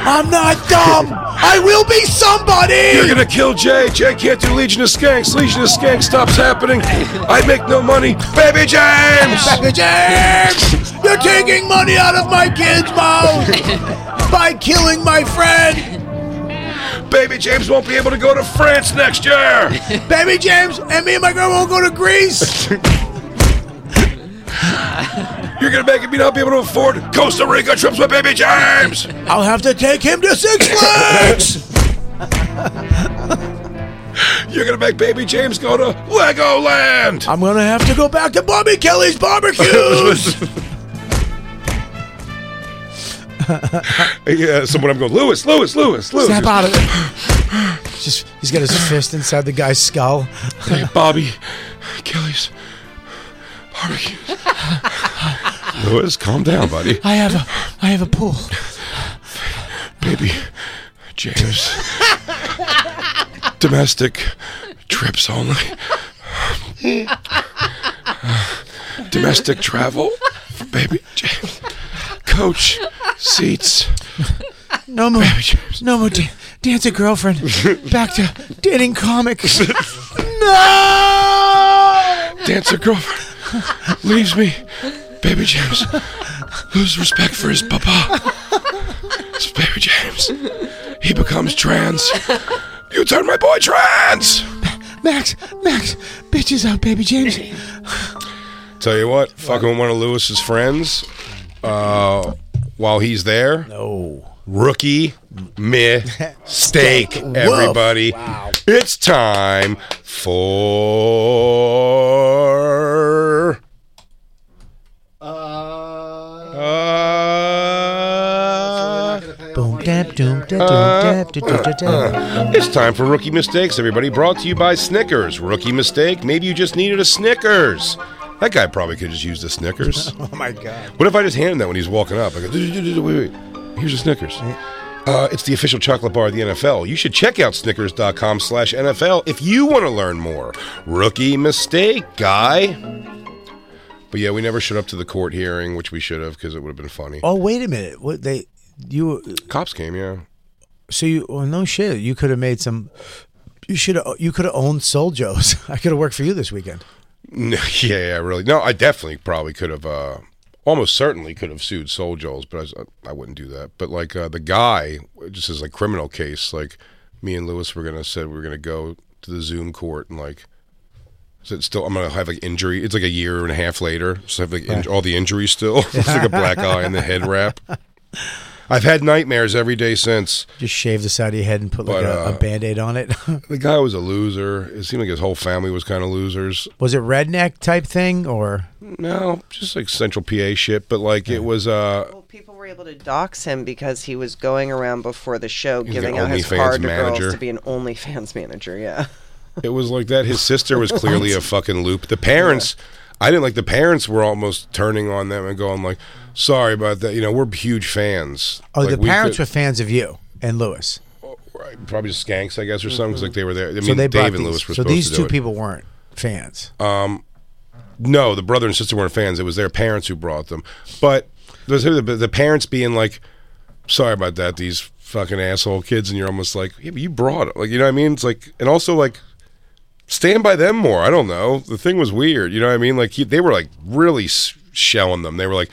Speaker 4: I'm not dumb. I will be
Speaker 2: You're
Speaker 4: somebody.
Speaker 2: gonna kill Jay. Jay can't do Legion of Skanks. Legion of Skanks stops happening. I make no money. Baby James.
Speaker 4: Back to James, you're taking money out of my kid's mouth by killing my friend,
Speaker 2: Baby James won't be able to go to France next year.
Speaker 4: baby James. And me and my girl won't go to Greece.
Speaker 2: You're gonna make me not be able to afford Costa Rica trips with Baby James.
Speaker 4: I'll have to take him to Six Flags.
Speaker 2: You're gonna make baby James go to Legoland.
Speaker 4: I'm gonna have to go back to Bobby Kelly's barbecues.
Speaker 2: yeah, someone I'm going, Lewis, Lewis, Lewis, Lewis.
Speaker 4: Snap out of it. Just he's got his fist inside the guy's skull.
Speaker 2: Hey, Bobby, Kelly's barbecue. Lewis, calm down, buddy.
Speaker 4: I have a I have a pool.
Speaker 2: Baby James, domestic trips only. domestic travel for baby James. Coach seats.
Speaker 4: No more
Speaker 2: James.
Speaker 4: no more da- dance a girlfriend. Back to dating comics. no
Speaker 2: dancer girlfriend leaves me. Baby James loses respect for his papa. It's baby James. He becomes trans. You turned my boy trans.
Speaker 4: Max, Max, bitches out, baby James.
Speaker 2: Tell you what, fucking one of Lewis's friends uh, while he's there.
Speaker 4: No.
Speaker 2: Rookie mistake, everybody. It's time for. uh,
Speaker 4: Boom, dab, doom, dab, doom, dab, doo, doo, doo, dab.
Speaker 2: It's time for Rookie Mistakes, everybody. Brought to you by Snickers. Rookie mistake, maybe you just needed a Snickers. That guy probably could just use the Snickers.
Speaker 4: Oh my god.
Speaker 2: What if I just hand him that when he's walking up? I go, "Dude, dude, dude, wait, wait. here's a Snickers. Uh, it's the official chocolate bar of the NFL. You should check out snickers.com slash NFL if you want to learn more. Rookie mistake, guy. But yeah, we never showed up to the court hearing, which we should have because it would have been funny.
Speaker 4: Oh wait a minute. What they you
Speaker 2: Cops came, yeah.
Speaker 4: so you well no shit. You could have made some you should have you could have owned Soul Joe's. I could have worked for you this weekend.
Speaker 2: No, yeah, yeah, really. No, I definitely probably could have, uh, almost certainly could have sued Soul Joel's, but I, was- I wouldn't do that. But like uh, the guy, just as like criminal case, like me and Lewis were gonna said we were gonna go to the Zoom court and like, so it's still I'm gonna have like injury. It's like a year and a half later, so I have like in, all the injuries still. it's like a black eye and the head wrap. I've had nightmares every day since.
Speaker 4: Just shave the side of your head and put like
Speaker 2: But,
Speaker 4: a,
Speaker 2: uh,
Speaker 4: a band aid on it.
Speaker 2: The guy was a loser. It seemed like his whole family was kind of losers.
Speaker 4: Was it redneck type thing or
Speaker 2: No, just like Central PA shit. But like it was uh
Speaker 7: Well, people were able to dox him because he was going around before the show
Speaker 2: He's
Speaker 7: giving
Speaker 2: an
Speaker 7: out his
Speaker 2: OnlyFans
Speaker 7: card to
Speaker 2: manager.
Speaker 7: girls to be an OnlyFans manager. Yeah.
Speaker 2: It was like that. His sister was clearly a fucking loop. The parents, I didn't like. The parents were almost turning on them and going like, "Sorry about that." You know, we're huge fans.
Speaker 4: Oh,
Speaker 2: Like,
Speaker 4: the
Speaker 2: we
Speaker 4: parents
Speaker 2: could-
Speaker 4: were fans of you and Lewis.
Speaker 2: right, probably just skanks, I guess, or something. 'cause,
Speaker 7: Mm-hmm.
Speaker 2: like they were there. I mean,
Speaker 4: so they brought
Speaker 2: Dave
Speaker 4: these.
Speaker 2: and Lewis were
Speaker 4: so
Speaker 2: supposed
Speaker 4: these
Speaker 2: to do
Speaker 4: two
Speaker 2: it.
Speaker 4: people weren't fans.
Speaker 2: Um, no, the brother and sister weren't fans. It was their parents who brought them. But the, the, the parents being like, "Sorry about that, these fucking asshole kids," and you're almost like, "Yeah, but you brought it." Like, you know what I mean? It's like, and also like, stand by them more. I don't know. The thing was weird. You know what I mean? Like, he, they were like really s- shelling them. They were like,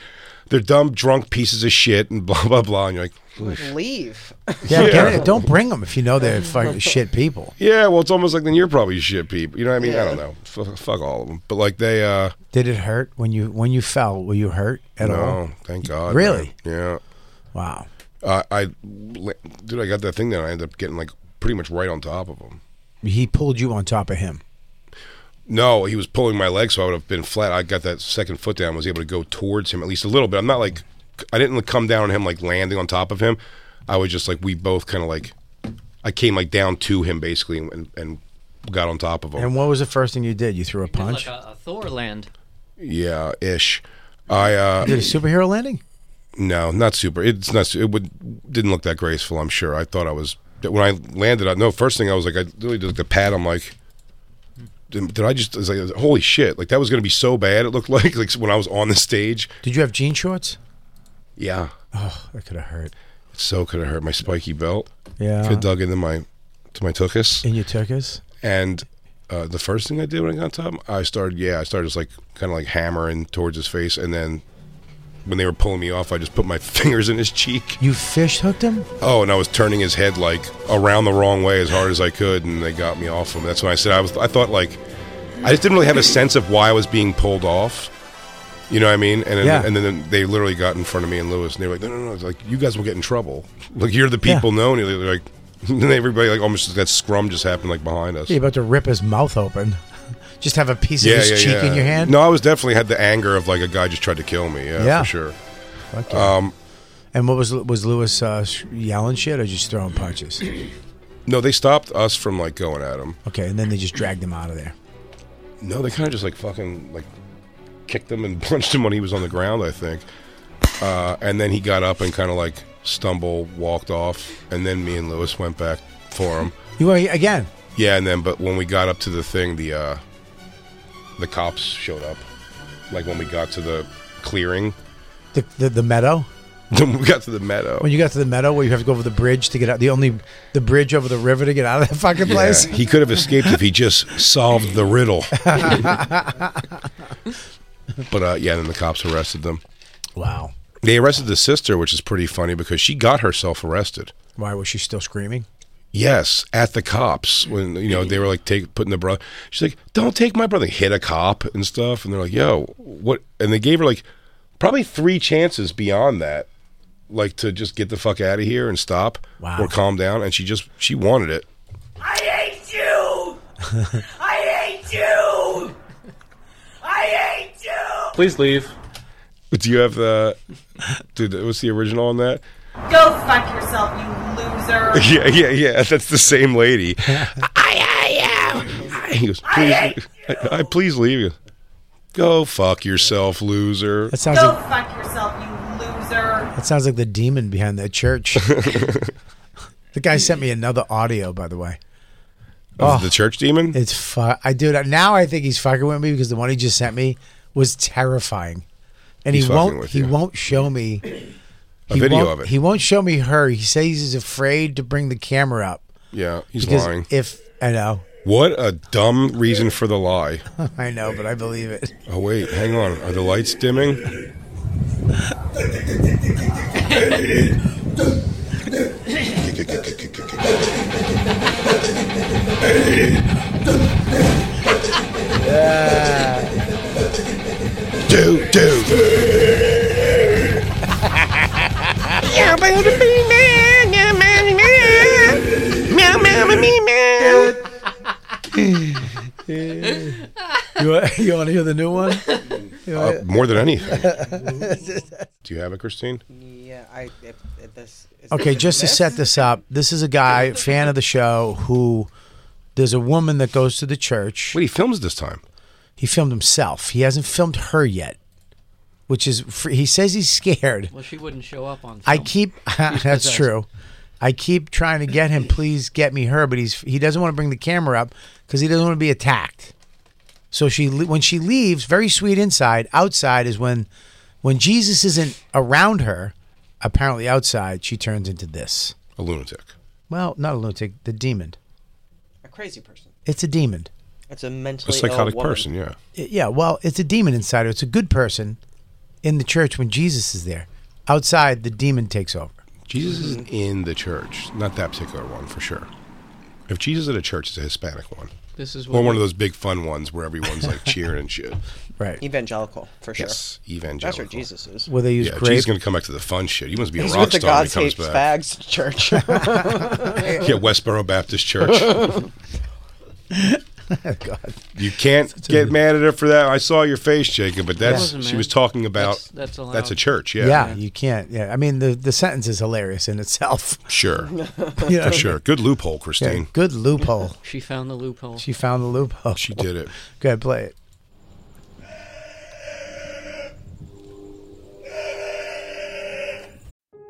Speaker 2: "They're dumb, drunk pieces of shit," and blah blah blah. And you're like.
Speaker 7: Leave.
Speaker 4: Yeah,
Speaker 2: Yeah.
Speaker 4: Get it? don't bring them if you know they're fucking shit people.
Speaker 2: Yeah, well, it's almost like then you're probably shit people. You know what I mean? I don't know. F- fuck all of them. But like they, uh,
Speaker 4: Did it hurt when you when you fell? Were you hurt at
Speaker 2: no,
Speaker 4: all?
Speaker 2: oh, thank God.
Speaker 4: Really?
Speaker 2: man. Yeah.
Speaker 4: Wow.
Speaker 2: Uh, I, dude, I got that thing that I ended up getting like pretty much right on top of him.
Speaker 4: He pulled you on top of him.
Speaker 2: No, he was pulling my leg, so I would have been flat. I got that second foot down, was able to go towards him at least a little bit. I'm not like, I didn't come down on him like landing on top of him. I was just like, we both kind of like, I came like down to him basically and, and got on top of him.
Speaker 4: And what was the first thing you did? You threw a
Speaker 6: Like
Speaker 4: punch.
Speaker 6: a, a Thor land.
Speaker 2: yeah, ish. I uh,
Speaker 4: Did a superhero landing?
Speaker 2: No, not super. It's not. It would didn't look that graceful. I'm sure. I thought I was when I landed. I no. First thing I was like, I literally did the pat. I'm like, did, did I just? I was like, holy shit! Like that was gonna be so bad. It looked like like when I was on the stage.
Speaker 4: Did you have jean shorts?
Speaker 2: Yeah,
Speaker 4: Oh, that could have hurt.
Speaker 2: it so could have hurt my spiky belt.
Speaker 4: Yeah.
Speaker 2: could have dug into my to my tuchus.
Speaker 4: And you took us?
Speaker 2: And uh, the first thing I did when I got on top, I started. Yeah, I started just like kind of like hammering towards his face, and then. When they were pulling me off, I just put my fingers in his cheek.
Speaker 4: You fish hooked him?
Speaker 2: Oh, and I was turning his head like around the wrong way as hard as I could, and they got me off him. That's when I said I was. I thought like I just didn't really have a sense of why I was being pulled off. You know what I mean? And then,
Speaker 4: Yeah.
Speaker 2: and then they literally got in front of me and Lewis, and they were like, "No, no, no! It's like you guys will get in trouble. Like you're the
Speaker 4: Yeah.
Speaker 2: people known." And they're like, and then everybody like almost that scrum just happened like behind us.
Speaker 4: You're about to rip his mouth open. Just have a piece of his cheek in your hand?
Speaker 2: No, I was definitely had the anger of like a guy just tried to kill me. Yeah,
Speaker 4: Yeah.
Speaker 2: for sure.
Speaker 4: Fuck yeah. and what was was Lewis uh, sh- yelling shit or just throwing punches?
Speaker 2: No, they stopped us from like going at him.
Speaker 4: Okay, and then they just dragged him out of there.
Speaker 2: No, they kind of just like fucking like kicked him and punched him when he was on the ground, I think. Uh, and then he got up and kind of like stumble walked off, and then me and Lewis went back for him.
Speaker 4: You were again.
Speaker 2: Yeah, and then but when we got up to the thing, the uh, the cops showed up. Like when we got to the clearing,
Speaker 4: The, the the meadow.
Speaker 2: when we got to the meadow.
Speaker 4: When you got to the meadow where you have to go over the bridge to get out the only the bridge over the river to get out of that fucking
Speaker 2: Yeah,
Speaker 4: place.
Speaker 2: he could have escaped if he just solved the riddle. but uh, yeah, then the cops arrested them.
Speaker 4: Wow.
Speaker 2: They arrested the sister, which is pretty funny because she got herself arrested.
Speaker 4: Why was she still screaming?
Speaker 2: Yes, at the cops when you know they were like take putting the brother. She's like, "Don't take my brother." Hit a cop and stuff, and they're like, "Yo, what?" And they gave her like probably three chances beyond that, like to just get the fuck out of here and stop
Speaker 4: Wow.
Speaker 2: or calm down. And she just she wanted it.
Speaker 8: I hate you! I hate you! I hate you!
Speaker 2: Please leave. Do you have the? Dude, what's the original on that?
Speaker 8: Go fuck yourself, you loser!
Speaker 2: Yeah, yeah, yeah. That's the same lady. I hate you. He goes, please, I, I please leave you. Go fuck yourself, loser.
Speaker 4: That sounds
Speaker 8: Go
Speaker 4: like
Speaker 8: fuck yourself, you loser!
Speaker 4: that sounds like the demon behind that church. the guy sent me another audio, by the way. Oh.
Speaker 2: Of the church demon.
Speaker 4: It's fu- I dude. Now I think he's fucking with me because the one he just sent me was terrifying, and
Speaker 2: He's
Speaker 4: he
Speaker 2: fucking
Speaker 4: won't.
Speaker 2: with
Speaker 4: He
Speaker 2: you.
Speaker 4: won't show me
Speaker 2: A
Speaker 4: he
Speaker 2: video
Speaker 4: won't-
Speaker 2: of it.
Speaker 4: He won't show me her. He says he's afraid to bring the camera up
Speaker 2: Yeah, he's
Speaker 4: because
Speaker 2: lying.
Speaker 4: if I know,
Speaker 2: What a dumb reason for the lie.
Speaker 4: I know, but I believe it.
Speaker 2: Oh wait, hang on. Are the lights dimming? Do do.
Speaker 8: Yeah, but the me man, yeah, man, man, meow, meow, me man.
Speaker 4: You want, you want to hear the new one? You
Speaker 2: Uh,
Speaker 4: wanna-
Speaker 2: more than anything. Do you have it, Christine?
Speaker 7: Yeah, I. If, if this, is
Speaker 4: Okay, just to set this up, this is a guy fan of the show who there's a woman that goes to the church.
Speaker 2: Wait, he films this time.
Speaker 4: He filmed himself. He hasn't filmed her yet, which is fr- he says he's scared.
Speaker 6: Well, she wouldn't show up on. Film.
Speaker 4: I keep that's
Speaker 6: possessed.
Speaker 4: true. I keep trying to get him. Please get me her, but he's he doesn't want to bring the camera up because he doesn't want to be attacked. So she le- when she leaves, very sweet inside. Outside is when when Jesus isn't around her. Apparently outside, she turns into this.
Speaker 2: A lunatic.
Speaker 4: Well, not a lunatic, the demon.
Speaker 7: a crazy person.
Speaker 4: It's a demon.
Speaker 7: It's a
Speaker 2: A
Speaker 7: mentally
Speaker 2: psychotic
Speaker 7: ill woman.
Speaker 2: person, yeah.
Speaker 4: I- yeah, well, it's a demon inside her. It's a good person in the church when Jesus is there. Outside, the demon takes over.
Speaker 2: Jesus isn't in the church. Not that particular one, for sure. If Jesus at a church, it's a Hispanic one.
Speaker 6: This is
Speaker 2: Or
Speaker 6: what-
Speaker 2: one of those big fun ones where everyone's like cheering and shit.
Speaker 4: Right.
Speaker 7: Evangelical for sure.
Speaker 2: Yes,
Speaker 7: That's where
Speaker 2: evangelical.
Speaker 7: Jesus is.
Speaker 4: Where they use
Speaker 2: Yeah,
Speaker 4: grape.
Speaker 2: Jesus going to come back to the fun shit. He must be a
Speaker 7: He's
Speaker 2: rock
Speaker 7: with the
Speaker 2: star when he
Speaker 7: God's
Speaker 2: comes
Speaker 7: hates
Speaker 2: back.
Speaker 7: fags church.
Speaker 2: Yeah, Westboro Baptist Church.
Speaker 4: God.
Speaker 2: You can't get mad at her for that. I saw your face, Jacob, but that's
Speaker 6: Wasn't
Speaker 2: she
Speaker 6: mad.
Speaker 2: was talking about
Speaker 6: That's- that's allowed.
Speaker 2: a church. Yeah,
Speaker 4: Yeah. you can't. Yeah, I mean the the sentence is hilarious in itself.
Speaker 2: sure,
Speaker 4: You know?
Speaker 2: for sure. Good loophole,
Speaker 4: Yeah,
Speaker 2: Christine.
Speaker 4: good loophole.
Speaker 6: She found the loophole.
Speaker 4: She found the loophole.
Speaker 2: She did it.
Speaker 4: Good play it.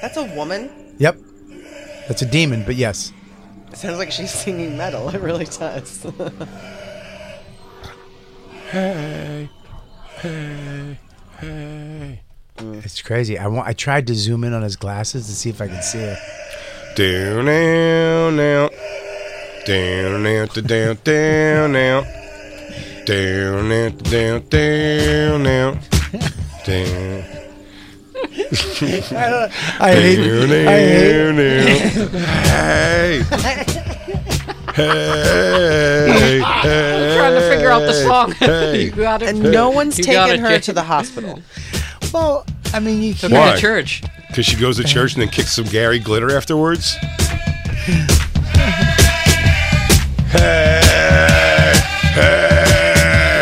Speaker 7: That's a woman.
Speaker 4: Yep, that's a demon. But yes,
Speaker 7: It sounds like she's singing metal. It really does.
Speaker 2: Hey, hey, hey.
Speaker 4: it's crazy. I want. I tried to zoom in on his glasses to see if I could see it.
Speaker 2: Down now, now, down now, to down, down now, down now, to down, down now, down.
Speaker 4: I hate. I hate.
Speaker 2: Hey. Hey, hey,
Speaker 6: trying to figure out the song.
Speaker 2: hey.
Speaker 6: You got it.
Speaker 7: And no one's
Speaker 6: You got
Speaker 7: taken
Speaker 6: it,
Speaker 7: her
Speaker 6: Jake.
Speaker 7: to the hospital.
Speaker 4: Well, I mean, you
Speaker 6: Took
Speaker 4: can't.
Speaker 6: her
Speaker 2: Why?
Speaker 6: to church.
Speaker 2: Because she goes to church and then kicks some Gary glitter afterwards. Hey, hey,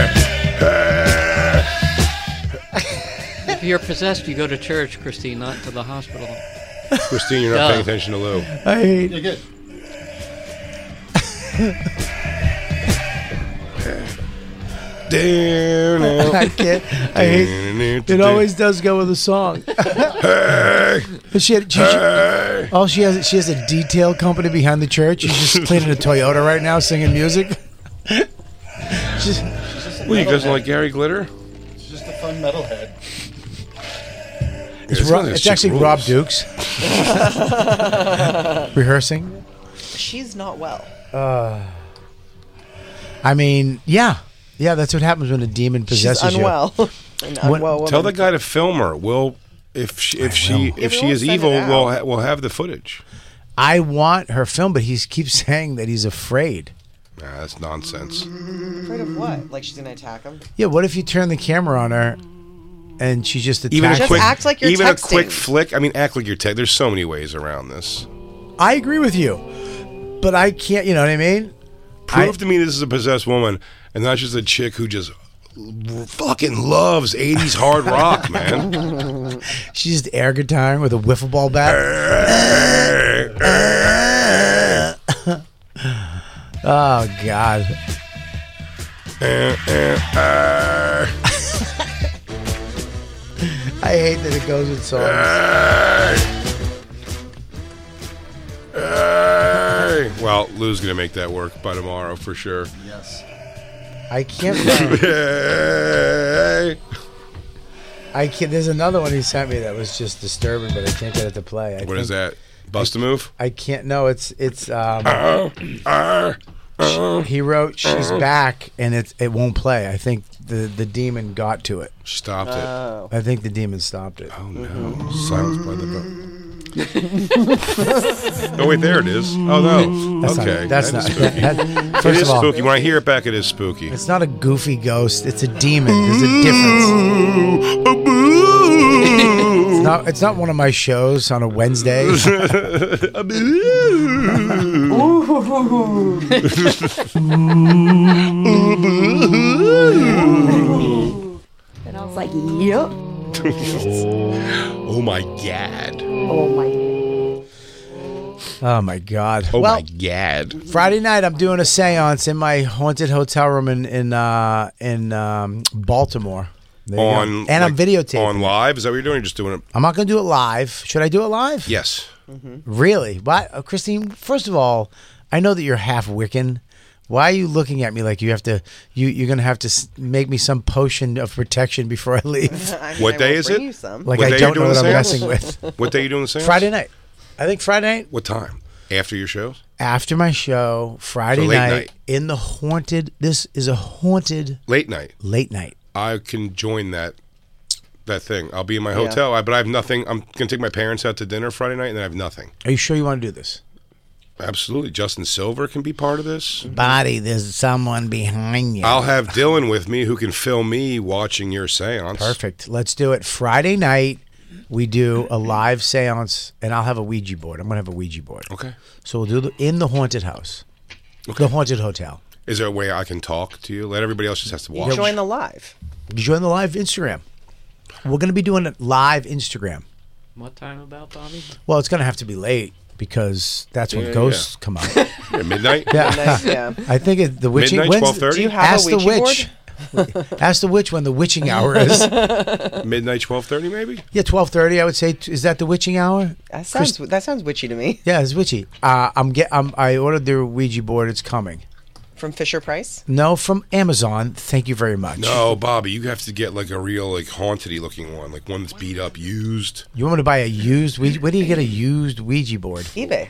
Speaker 2: hey.
Speaker 6: If you're possessed, you go to church, Christine, not to the hospital.
Speaker 2: Christine, you're not
Speaker 6: Duh.
Speaker 7: Oh.
Speaker 2: paying attention to Lou.
Speaker 4: I hate.
Speaker 5: You're good.
Speaker 2: Damn.
Speaker 4: I can't. I hate. It always does go with a song.
Speaker 2: Hey,
Speaker 4: But she had, she,
Speaker 2: hey.
Speaker 4: she, all she has, she has a detail company behind the church. She's just cleaning a Toyota right now, singing music. She's-
Speaker 2: Well, you guys don't like Gary glitter?
Speaker 5: It's just a fun metalhead.
Speaker 4: it's Rob, it's actually Rob Dukes rehearsing.
Speaker 7: She's not well.
Speaker 4: I mean, yeah, yeah, that's what happens when a demon possesses
Speaker 7: She's unwell. An
Speaker 4: What-
Speaker 7: unwell woman.
Speaker 2: Tell the guy to film her. We'll if she, if
Speaker 4: will.
Speaker 2: she if
Speaker 7: Yeah,
Speaker 2: she
Speaker 7: we'll
Speaker 2: is
Speaker 7: send it
Speaker 2: evil,
Speaker 7: out.
Speaker 2: we'll ha- we'll have the footage.
Speaker 4: you. I want her film, but he keeps saying that he's afraid.
Speaker 2: Nah, that's nonsense.
Speaker 7: Afraid of what? Like she's gonna attack him?
Speaker 4: Yeah, what if you turn the camera on her and she just attacks?
Speaker 2: Even a
Speaker 7: Just
Speaker 2: quick
Speaker 7: act like you're
Speaker 2: even a quick
Speaker 7: texting.
Speaker 2: flick. I mean, act like you're tech. There's so many ways around this.
Speaker 4: I agree with you, but I can't. You know what I mean?
Speaker 2: Prove to me this is a possessed woman and not just a chick who just l- fucking loves 80s hard rock, man.
Speaker 4: She's just air guitaring with a wiffle ball bat. Oh God! I hate that it goes with songs.
Speaker 2: Hey. Well, Lou's gonna make that work by tomorrow for sure.
Speaker 5: Yes.
Speaker 4: I can't. find-
Speaker 2: Hey.
Speaker 4: I can't. There's another one he sent me that was just disturbing, but I can't get it to play. I
Speaker 2: What is
Speaker 4: think-
Speaker 2: that? Bust a move?
Speaker 4: I can't. No, it's it's. Um, he wrote she's
Speaker 2: Uh-huh.
Speaker 4: back and it it won't play. I think the the demon got to it.
Speaker 2: She stopped it.
Speaker 7: Oh.
Speaker 4: I think the demon stopped it.
Speaker 2: Oh no. Silenced by the vote. oh wait, there it is. Oh no.
Speaker 4: That's
Speaker 2: okay.
Speaker 4: not. That's
Speaker 2: that
Speaker 4: not.
Speaker 2: is spooky.
Speaker 4: that-
Speaker 2: it
Speaker 4: first
Speaker 2: is
Speaker 4: of all,
Speaker 2: spooky. When I hear it back, it is spooky.
Speaker 4: it's not a goofy ghost. It's a demon. There's a difference. It's not. It's not one of my shows on a Wednesday.
Speaker 9: And I was like, yep.
Speaker 2: oh my god.
Speaker 9: Oh my.
Speaker 4: Oh my god.
Speaker 2: Oh my
Speaker 4: well,
Speaker 2: god.
Speaker 4: Friday night I'm doing a séance in my haunted hotel room in in uh, in um, Baltimore. There you go.
Speaker 2: On
Speaker 4: and I'm
Speaker 2: like,
Speaker 4: videotaping.
Speaker 2: On live? Is that what you're doing? You're just doing it?
Speaker 4: I'm not going to do it live. Should I do it live?
Speaker 2: Yes.
Speaker 4: Really? Why, uh, Christine? First of all, I know that you're half Wiccan. Why are you looking at me like you have to? You you're gonna have to s- make me some potion of protection before I leave.
Speaker 7: I mean,
Speaker 2: What
Speaker 7: I
Speaker 2: day
Speaker 7: will
Speaker 2: is
Speaker 7: bring
Speaker 2: it?
Speaker 7: You some.
Speaker 4: Like
Speaker 2: What
Speaker 4: I
Speaker 2: day you
Speaker 4: don't know
Speaker 2: doing
Speaker 4: what I'm
Speaker 2: the
Speaker 4: messing
Speaker 2: séance?
Speaker 4: with.
Speaker 2: What day are you doing the same?
Speaker 4: Friday night. I think Friday night
Speaker 2: What time? After your shows?
Speaker 4: after my show. Friday
Speaker 2: late
Speaker 4: night,
Speaker 2: night.
Speaker 4: in the haunted. This is a haunted
Speaker 2: Late night.
Speaker 4: late night.
Speaker 2: I can join that that thing. I'll be in my hotel, I, but I have nothing. I'm gonna take my parents out to dinner Friday night, and then I have nothing.
Speaker 4: Are you sure you want to do this?
Speaker 2: Absolutely, Justin Silver can be part of this.
Speaker 4: Body, there's someone behind you.
Speaker 2: I'll have Dylan with me, who can film me watching your seance.
Speaker 4: Perfect. Let's do it. Friday night, we do a live seance, and I'll have a Ouija board. I'm going to have a Ouija board.
Speaker 2: Okay.
Speaker 4: So we'll do the, in the haunted house, the haunted hotel.
Speaker 2: Is there a way I can talk to you? Let everybody else just has to watch.
Speaker 7: Join the live.
Speaker 4: Join the live Instagram. We're going to be doing a live Instagram.
Speaker 6: What time about, Bobby?
Speaker 4: Well, it's going to have to be late because that's when
Speaker 2: Yeah,
Speaker 4: ghosts come out.
Speaker 2: Yeah, midnight.
Speaker 4: yeah.
Speaker 7: Nice, yeah.
Speaker 4: I think it, the witching.
Speaker 2: Midnight,
Speaker 4: when's-
Speaker 2: 12:30? Do you
Speaker 7: have a
Speaker 4: ask the
Speaker 7: Ouija
Speaker 4: witch. ask the witch when the witching hour is.
Speaker 2: Midnight, twelve thirty, maybe.
Speaker 4: Yeah, twelve thirty. I would say. Is that the witching hour?
Speaker 7: That sounds that sounds witchy to me.
Speaker 4: Yeah, it's witchy. Uh, I'm get. I'm, I ordered the Ouija board. It's coming.
Speaker 7: From Fisher Price.
Speaker 4: No, from Amazon. Thank you very much.
Speaker 2: No, Bobby, you have to get like a real like haunted looking one, like one that's beat up, used.
Speaker 4: You want me to buy a used Ouija? Where do you get a used Ouija board?
Speaker 7: eBay.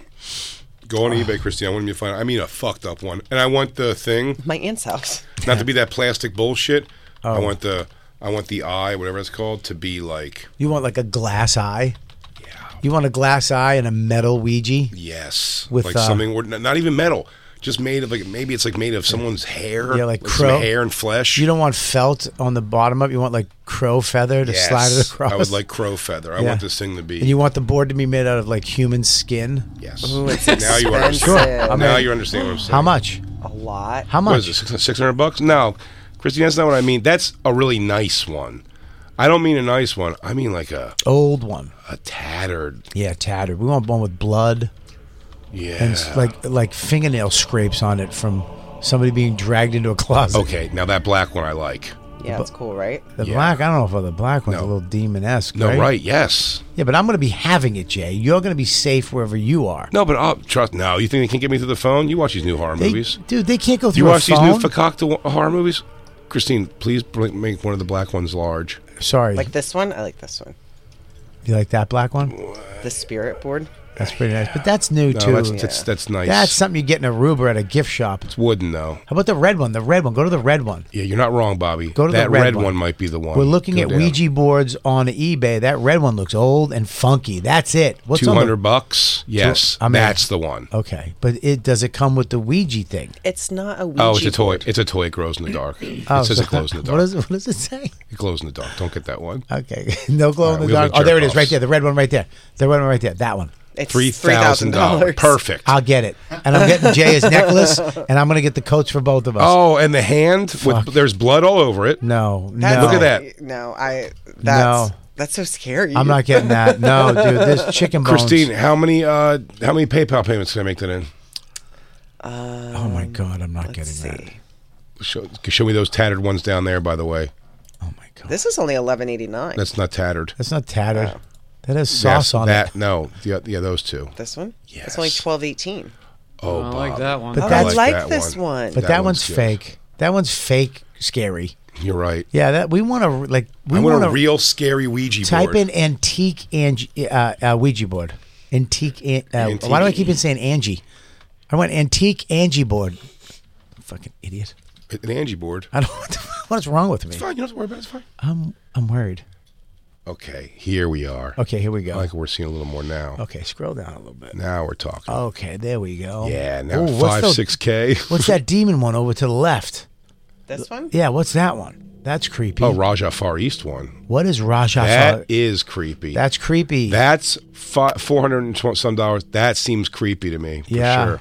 Speaker 2: Go on eBay, Christine. I want you to find. I mean, a fucked up one, and I want the thing.
Speaker 7: My aunt's house.
Speaker 2: not to be that plastic bullshit.
Speaker 4: Oh.
Speaker 2: I want the I want the eye, whatever it's called, to be like
Speaker 4: You want like a glass eye? Yeah. You want a glass eye and a metal Ouija?
Speaker 2: yes,
Speaker 4: With,
Speaker 2: like
Speaker 4: uh,
Speaker 2: something or not even metal. just made of like maybe it's like made of someone's hair.
Speaker 4: Yeah, like
Speaker 2: some
Speaker 4: crow-
Speaker 2: hair and flesh.
Speaker 4: You don't want felt on the bottom up. You want like crow feather to slide it
Speaker 2: Yes.
Speaker 4: across.
Speaker 2: I would like crow feather. I
Speaker 4: Yeah.
Speaker 2: want this thing to be.
Speaker 4: And you want the board to be made out of like human skin.
Speaker 2: yes. now you understand.
Speaker 4: Sure. I'm
Speaker 2: Now
Speaker 4: in.
Speaker 2: you understand what I'm saying.
Speaker 4: How much?
Speaker 7: A lot.
Speaker 4: How
Speaker 2: What
Speaker 4: much?
Speaker 2: is it? Six hundred bucks? No, Christine, that's not what I mean. That's a really nice one. I don't mean a nice one. I mean like a
Speaker 4: Old one.
Speaker 2: a tattered.
Speaker 4: Yeah, tattered. We want one with blood
Speaker 2: Yeah.
Speaker 4: and s- like like fingernail scrapes on it from somebody being dragged into a closet.
Speaker 2: okay, now that black one I like.
Speaker 7: Yeah, it's cool, right?
Speaker 4: The
Speaker 2: Yeah.
Speaker 4: black, I don't know if the black one's
Speaker 2: No.
Speaker 4: a little demon esque.
Speaker 2: No,
Speaker 4: right?
Speaker 2: right? Yes.
Speaker 4: Yeah, but I'm going to be having it, Jay. You're going to be safe wherever you are.
Speaker 2: No, but I'll trust. No, you think they can get me through the phone? You watch these new horror
Speaker 4: They-
Speaker 2: movies.
Speaker 4: dude, they can't go
Speaker 2: You
Speaker 4: through a
Speaker 2: watch these new
Speaker 4: phone.
Speaker 2: Fakakta horror movies? Christine, please bring, make one of the black ones large.
Speaker 4: Sorry,
Speaker 7: Like this one? I like this one.
Speaker 4: you like that black one?
Speaker 7: The spirit board.
Speaker 4: That's pretty nice. But that's new
Speaker 2: No,
Speaker 4: too.
Speaker 2: that's, that's that's nice.
Speaker 4: That's something you get in a Ruber at a gift shop.
Speaker 2: it's wooden though.
Speaker 4: How about the red one? The red one. Go to the red one.
Speaker 2: Yeah, you're not wrong, Bobby.
Speaker 4: Go to
Speaker 2: that
Speaker 4: the red,
Speaker 2: one. might be the one.
Speaker 4: We're looking
Speaker 2: Go
Speaker 4: at
Speaker 2: down.
Speaker 4: Ouija boards on eBay. That red one looks old and funky. That's it. What's
Speaker 2: Two
Speaker 4: on the-
Speaker 2: hundred bucks. Yes,
Speaker 4: I'm in.
Speaker 2: that's the one.
Speaker 4: Okay, but it does it come with the Ouija thing?
Speaker 7: It's not a Ouija
Speaker 2: Oh, it's a toy.
Speaker 7: board.
Speaker 2: It's a toy. It grows in the dark. it says
Speaker 4: Oh, so-
Speaker 2: it glows in the dark.
Speaker 4: What, is, what does it say?
Speaker 2: It glows in the dark. Don't get that one.
Speaker 4: Okay, no glow
Speaker 2: All right,
Speaker 4: in
Speaker 2: we
Speaker 4: the
Speaker 2: live
Speaker 4: dark. Oh,
Speaker 2: jerk
Speaker 4: there it is,
Speaker 2: offs.
Speaker 4: right there. The red one, right there. The red one, right there. That one.
Speaker 7: It's
Speaker 2: Three thousand dollars. Perfect.
Speaker 4: I'll get it, and I'm getting Jay his necklace, and I'm gonna get the coats for both of us.
Speaker 2: Oh, and the hand
Speaker 4: Fuck.
Speaker 2: with there's blood all over it.
Speaker 4: no,
Speaker 7: That's-
Speaker 4: no.
Speaker 2: Look at that.
Speaker 7: No, I. That's
Speaker 4: No.
Speaker 7: that's so scary.
Speaker 4: I'm not getting that. No, dude, this chicken bones.
Speaker 2: Christine, how many uh how many PayPal payments can I make that in?
Speaker 4: Oh my god, I'm not
Speaker 7: Let's
Speaker 4: getting that.
Speaker 7: see.
Speaker 2: Show, show me those tattered ones down there, by the way.
Speaker 4: Oh my god,
Speaker 7: This Oh. is only eleven eighty nine.
Speaker 2: That's not tattered.
Speaker 4: that's not tattered. That has
Speaker 2: That's-
Speaker 4: sauce on
Speaker 2: that,
Speaker 4: it.
Speaker 2: No, yeah, yeah, those two.
Speaker 7: This one.
Speaker 2: Yes.
Speaker 7: It's only twelve eighteen.
Speaker 2: Oh,
Speaker 6: I like
Speaker 2: Bob.
Speaker 6: that one.
Speaker 4: But
Speaker 7: Oh,
Speaker 4: that's-
Speaker 7: I like this one.
Speaker 4: But that, one's,
Speaker 2: good.
Speaker 4: fake. That one's fake. Scary.
Speaker 2: You're right.
Speaker 4: Yeah, that we want to like. We
Speaker 2: I want a
Speaker 4: want to
Speaker 2: real scary Ouija
Speaker 4: type
Speaker 2: board.
Speaker 4: in antique Angie uh, uh, Ouija board. Antique. An- uh,
Speaker 2: Antique.
Speaker 4: Why do I keep on saying Angie? I want antique Angie board. Fucking idiot.
Speaker 2: an Angie board.
Speaker 4: I don't. What, the, what is wrong with me?
Speaker 2: It's fine. You don't have to worry about it. It's fine.
Speaker 4: I'm I'm worried.
Speaker 2: Okay, here we are.
Speaker 4: Okay, here we go.
Speaker 2: Like we're seeing a little more now.
Speaker 4: Okay, scroll down a little bit.
Speaker 2: Now we're talking.
Speaker 4: Okay, there we go.
Speaker 2: Yeah, now
Speaker 4: Ooh,
Speaker 2: five
Speaker 4: the-
Speaker 2: six k.
Speaker 4: What's that demon one over to the left?
Speaker 7: This one.
Speaker 4: Yeah, what's that one? That's creepy.
Speaker 2: Oh, Raja Far East one.
Speaker 4: What is Raja?
Speaker 2: That is creepy.
Speaker 4: That's creepy.
Speaker 2: That's fi- four hundred and twenty some dollars. That seems creepy to me. For
Speaker 4: Yeah,
Speaker 2: sure.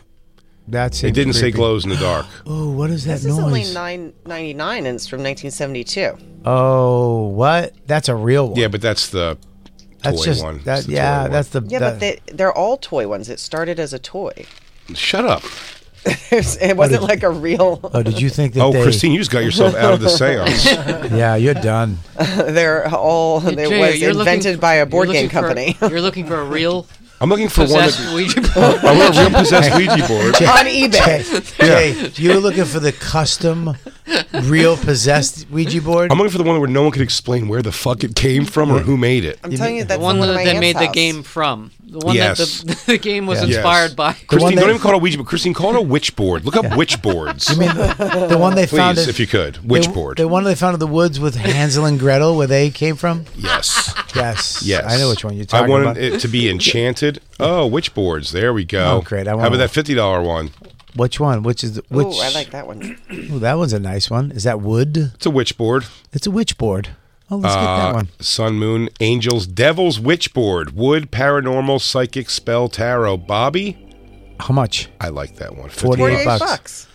Speaker 4: That's
Speaker 2: It didn't say
Speaker 4: creepy.
Speaker 2: glows in the dark.
Speaker 4: Oh, what is that
Speaker 7: This is only
Speaker 4: noise?
Speaker 7: nine ninety nine, and it's from nineteen seventy two.
Speaker 4: oh, what? That's a real one.
Speaker 2: yeah, but that's the
Speaker 4: that's
Speaker 2: toy
Speaker 4: just
Speaker 2: one. It's
Speaker 4: that.
Speaker 2: the toy
Speaker 4: yeah,
Speaker 2: one.
Speaker 4: that's the.
Speaker 7: Yeah,
Speaker 4: that,
Speaker 7: but they, they're all toy ones. It started as a toy.
Speaker 2: shut up.
Speaker 7: it wasn't like a real.
Speaker 4: Oh, did you think that?
Speaker 2: Oh,
Speaker 4: they,
Speaker 2: Christine, you just got yourself out of the seance.
Speaker 4: Yeah, you're done.
Speaker 7: They're all.
Speaker 6: Hey,
Speaker 7: They
Speaker 6: Oh, Jay,
Speaker 7: was
Speaker 6: you're looking-
Speaker 7: invented by a board
Speaker 6: you're
Speaker 7: game
Speaker 6: looking for-
Speaker 7: company.
Speaker 6: you're looking for a real
Speaker 2: I'm looking for one.
Speaker 6: possessed
Speaker 2: That,
Speaker 6: Ouija board.
Speaker 2: I want a real possessed Ouija board.
Speaker 7: on eBay.
Speaker 4: Hey, Jay, you were looking for the custom, real possessed Ouija board.
Speaker 2: I'm looking for the one where no one could explain where the fuck it came from or who made it.
Speaker 7: I'm telling you, that's
Speaker 6: the one
Speaker 7: one of
Speaker 6: that
Speaker 7: my
Speaker 6: they
Speaker 7: aunt's
Speaker 6: made the
Speaker 7: house.
Speaker 6: game from. The one
Speaker 2: Yes.
Speaker 6: that the, the game was
Speaker 2: Yes.
Speaker 6: inspired by.
Speaker 2: Christine,
Speaker 4: that-
Speaker 2: don't even call it a Ouija board. Christine, call it a witch board. Look up witch boards.
Speaker 4: I mean, the, the one they
Speaker 2: Please,
Speaker 4: found. in-
Speaker 2: if you could, witch
Speaker 4: the,
Speaker 2: board.
Speaker 4: The one they found in the woods with Hansel and Gretel, where they came from.
Speaker 2: yes.
Speaker 4: Yes.
Speaker 2: Yes.
Speaker 4: I know which one you're
Speaker 2: I
Speaker 4: talking
Speaker 2: wanted
Speaker 4: about.
Speaker 2: it to be enchanted. Oh, witch boards. There we go.
Speaker 4: Oh, great. I want
Speaker 2: How about
Speaker 4: one.
Speaker 2: that $50 one?
Speaker 4: Which one? Which is the, which?
Speaker 7: Ooh, I like that one.
Speaker 4: Ooh, that one's a nice one. Is that wood?
Speaker 2: It's a witch board.
Speaker 4: It's a witch board. Oh, let's get
Speaker 2: Uh,
Speaker 4: that one.
Speaker 2: Sun, moon, angels, devils, witch board, wood, paranormal, psychic, spell, tarot. Bobby,
Speaker 4: How much?
Speaker 2: I like that one.
Speaker 4: 48
Speaker 7: Forty-eight
Speaker 4: bucks.
Speaker 7: bucks.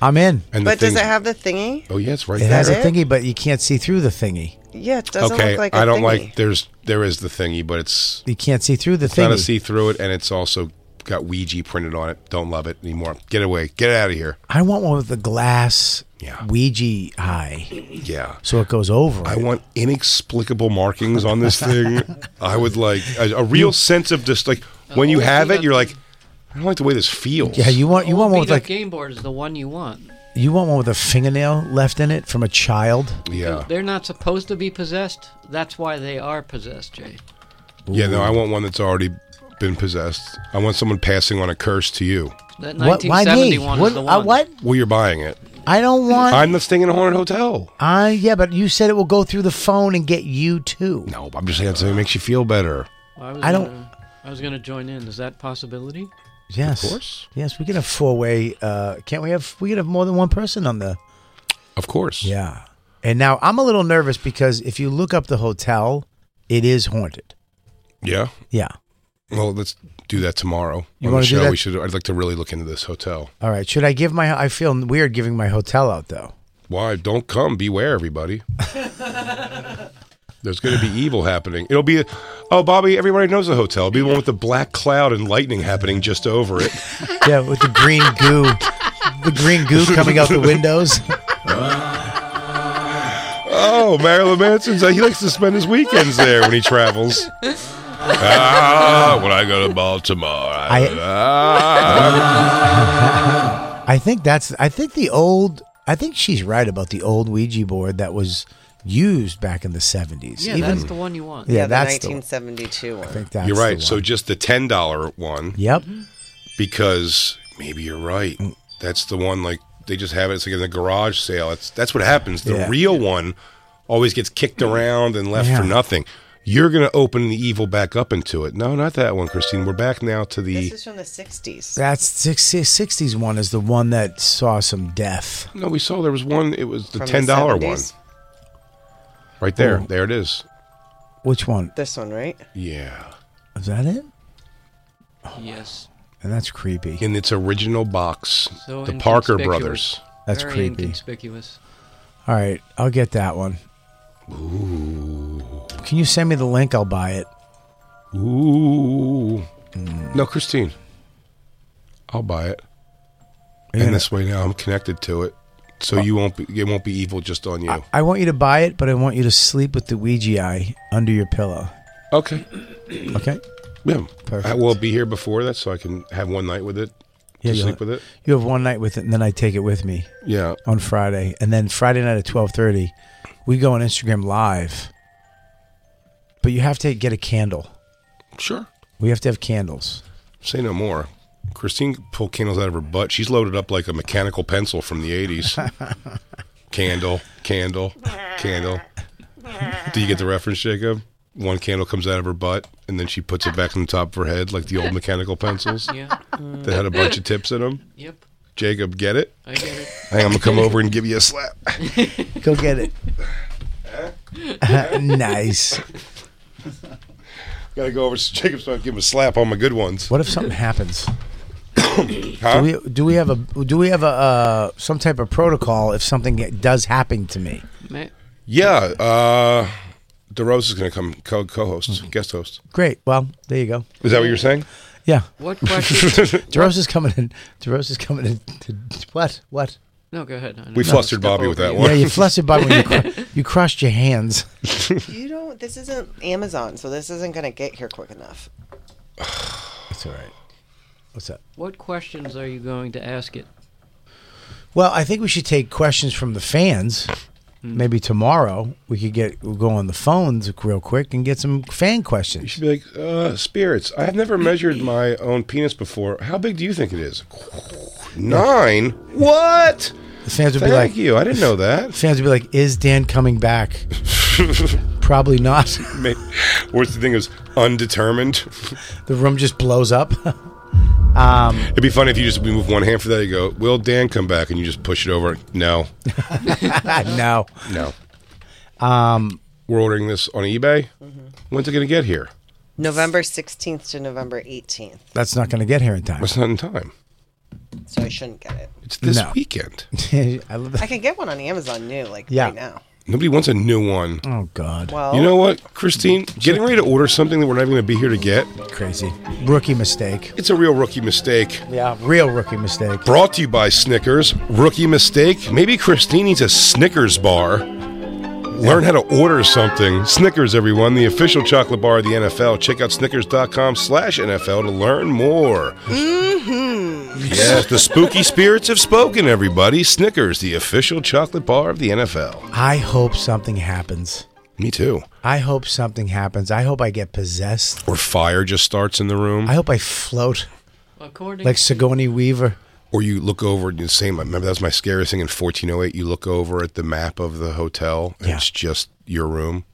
Speaker 4: I'm in.
Speaker 2: And the
Speaker 7: But does
Speaker 2: thing-
Speaker 7: it have the thingy?
Speaker 2: Oh, yeah, it's right
Speaker 4: It
Speaker 2: there.
Speaker 4: has a
Speaker 7: it?
Speaker 4: thingy, but you can't see through the thingy.
Speaker 7: Yeah, it doesn't
Speaker 2: okay,
Speaker 7: look like I
Speaker 2: I don't like. There's there is the thingy, but it's
Speaker 4: You can't see through the
Speaker 2: kind
Speaker 4: thingy.
Speaker 2: of see through it, and it's also got Ouija printed on it. Don't love it anymore. Get away. Get out of here.
Speaker 4: I want one with the glass
Speaker 2: Yeah.
Speaker 4: Ouija eye,
Speaker 2: Yeah.
Speaker 4: so it goes over.
Speaker 2: I
Speaker 4: it.
Speaker 2: want inexplicable markings on this thing. I would like a, a real sense of just like when you have it, you're like, I don't like the way this feels.
Speaker 4: Yeah, you want you want one with
Speaker 6: Beat-up
Speaker 4: like
Speaker 6: game board is the one you want.
Speaker 4: you want one with a fingernail left in it from a child.
Speaker 2: Yeah.
Speaker 6: They're not supposed to be possessed. That's why they are possessed, Jay.
Speaker 2: Yeah. No, I want one that's already been possessed. I want someone passing on a curse to you.
Speaker 6: That
Speaker 4: What? Why me?
Speaker 6: 1971
Speaker 4: What?
Speaker 6: is the
Speaker 4: I,
Speaker 6: one.
Speaker 4: what?
Speaker 2: Well, you're buying it.
Speaker 4: I don't want.
Speaker 2: I'm not staying in a haunted hotel.
Speaker 4: Uh, yeah, but you said it will go through the phone and get you too.
Speaker 2: No, I'm just saying something that makes you feel better.
Speaker 6: I, was
Speaker 4: I don't-
Speaker 6: Gonna, I was going to join in. Is that a possibility?
Speaker 4: Yes,
Speaker 2: Of course.
Speaker 4: Yes, we can have four way. Uh, can't we have? We can have more than one person on the.
Speaker 2: Of course.
Speaker 4: Yeah. And now I'm a little nervous because if you look up the hotel, it is haunted.
Speaker 2: Yeah.
Speaker 4: Yeah.
Speaker 2: Well, let's do that tomorrow
Speaker 4: You
Speaker 2: on the
Speaker 4: wanna do
Speaker 2: show.
Speaker 4: that?
Speaker 2: We should. I'd like to really look into this hotel.
Speaker 4: All right. Should I give my? I feel weird giving my hotel out though.
Speaker 2: Why? Don't come. Beware, everybody. There's going to be evil happening. It'll be, oh, Bobby, everybody knows the hotel. It'll be the one with the black cloud and lightning happening just over it.
Speaker 4: Yeah, with the green goo, the green goo coming out the windows.
Speaker 2: Oh, Marilyn Manson's, he likes to spend his weekends there when he travels. ah, when I go to Baltimore. I, ah.
Speaker 4: I think that's. I think the old. I think she's right about the old Ouija board that was used back in the seventies.
Speaker 6: Yeah, that's the one you want.
Speaker 4: Yeah,
Speaker 7: Yeah, the
Speaker 4: that's the one.
Speaker 7: 1972 one. Mm-hmm.
Speaker 4: I think that's
Speaker 2: You're
Speaker 4: the
Speaker 2: right.
Speaker 4: one.
Speaker 2: So just the ten dollar one.
Speaker 4: Yep.
Speaker 2: Because maybe you're right. That's the one like they just have it. It's like in the garage sale. It's that's what happens. The
Speaker 4: Yeah.
Speaker 2: real one always gets kicked around and left for
Speaker 4: Yeah.
Speaker 2: nothing. You're gonna open the evil back up into it. No, not that one, Christine. We're back now to the
Speaker 7: This is from the 60s.
Speaker 4: That's sixties one is the one that saw some death.
Speaker 2: No, we saw there was one it was the
Speaker 7: From the
Speaker 2: ten dollar one.
Speaker 7: 70s?
Speaker 2: Right there.
Speaker 4: Oh.
Speaker 2: There it is.
Speaker 4: Which one?
Speaker 7: This one, right?
Speaker 2: Yeah.
Speaker 4: Is that it?
Speaker 6: Yes.
Speaker 4: And that's creepy.
Speaker 2: In its original box.
Speaker 6: So
Speaker 2: the Parker
Speaker 6: inconspicuous.
Speaker 2: brothers.
Speaker 4: That's
Speaker 6: Very
Speaker 4: creepy.
Speaker 6: Inconspicuous.
Speaker 4: All right, I'll get that one. Can you send me the link? I'll buy it.
Speaker 2: Ooh.
Speaker 4: Mm.
Speaker 2: No, Christine. I'll buy it.
Speaker 4: Are you
Speaker 2: and
Speaker 4: gonna-
Speaker 2: this way now I'm connected to it. So you won't be it won't be evil just on you.
Speaker 4: I want you to buy it, but I want you to sleep with the Ouija eye under your pillow.
Speaker 2: okay. Mm.
Speaker 4: Okay.
Speaker 2: Yeah.
Speaker 4: Perfect.
Speaker 2: I will be here before that so I can have one night with it.
Speaker 4: Yeah,
Speaker 2: to
Speaker 4: you'll-
Speaker 2: sleep with it.
Speaker 4: You have one night with it, and then I take it with me
Speaker 2: Yeah.
Speaker 4: on Friday, and then Friday night at twelve thirty, we go on Instagram live. But you have to get a candle.
Speaker 2: Sure.
Speaker 4: We have to have candles.
Speaker 2: Say no more. Christine pulled candles out of her butt. She's loaded up like a mechanical pencil from the eighties. candle, candle, candle. Do you get the reference, Jacob? One candle comes out of her butt, and then she puts it back on the top of her head like the old mechanical pencils
Speaker 6: Yeah.
Speaker 2: that had a bunch of tips in them.
Speaker 6: Yep.
Speaker 2: Jacob, get it?
Speaker 6: I get it.
Speaker 2: Hey, I'm gonna come over and give you a slap.
Speaker 4: Go get it. nice.
Speaker 2: Gotta go over to Jacob's so I can give him a slap on my good ones.
Speaker 4: What if something happens?
Speaker 2: Huh?
Speaker 4: Do we do we have a do we have a uh, some type of protocol if something does happen to me?
Speaker 6: Ma-
Speaker 2: yeah, uh, DeRose is gonna come co- co-host, guest host.
Speaker 4: Great. Well, there you go.
Speaker 2: Mm. Is that what you're saying?
Speaker 4: Yeah.
Speaker 6: What question?
Speaker 4: DeRose is coming in. DeRose is coming in. To, what? What?
Speaker 6: no, go ahead. I
Speaker 2: We
Speaker 6: know.
Speaker 2: flustered
Speaker 6: Step
Speaker 2: Bobby with
Speaker 6: over
Speaker 2: that
Speaker 6: you.
Speaker 2: one.
Speaker 4: Yeah, you flustered by when you, cr- you crossed your hands.
Speaker 7: You don't. This isn't Amazon, so this isn't going to get here quick enough.
Speaker 4: It's all right. What's up?
Speaker 6: What questions are you going to ask it?
Speaker 4: Well, I think we should take questions from the fans. Maybe tomorrow we could get we'll go on the phones real quick and get some fan
Speaker 2: You
Speaker 4: questions.
Speaker 2: should be like, uh, spirits, I've never measured my own penis before. How big do you think it is? Nine? What?
Speaker 4: The fans would
Speaker 2: Thank
Speaker 4: be like,
Speaker 2: you. I didn't know that.
Speaker 4: Fans would be like, "Is Dan coming back?" Probably not.
Speaker 2: May- Worst thing is undetermined.
Speaker 4: The room just blows up. um,
Speaker 2: It'd be funny if you just we move one hand for that. You go, will Dan come back? And you just push it over. No,
Speaker 4: no.
Speaker 2: no.
Speaker 4: Um,
Speaker 2: We're ordering this on eBay. When's it going to get here?
Speaker 7: November 16th to November 18th,
Speaker 4: that's not going to get here in time.
Speaker 2: It's not in time.
Speaker 7: so I shouldn't get it.
Speaker 2: It's this
Speaker 4: No.
Speaker 2: weekend.
Speaker 4: I love
Speaker 7: I
Speaker 4: that.
Speaker 7: can get one on Amazon new, like
Speaker 4: Yeah.
Speaker 7: right now.
Speaker 2: Nobody wants a new one.
Speaker 4: Oh God,
Speaker 7: Well,
Speaker 2: You know what, Christine? Getting ready to order something that we're not even going to be here to get.
Speaker 4: crazy rookie mistake.
Speaker 2: It's a real rookie mistake.
Speaker 4: Yeah, real rookie mistake.
Speaker 2: Brought to you by Snickers. Rookie mistake? Maybe Christine needs a Snickers bar. Learn how to order something. Snickers, everyone, the official chocolate bar of the NFL. Check out snickers.com slash NFL to learn more. Mm-hmm. Yes, the spooky spirits have spoken, everybody. Snickers, the official chocolate bar of the NFL.
Speaker 4: I hope something happens.
Speaker 2: Me too.
Speaker 4: I hope something happens. I hope I get possessed.
Speaker 2: Or fire just starts in the room.
Speaker 4: I hope I float
Speaker 6: According
Speaker 4: like Sigourney Weaver.
Speaker 2: Or you look over and you say, remember that was my oh scariest thing in 1408. You look over at the map of the hotel and
Speaker 4: Yeah.
Speaker 2: it's just your room.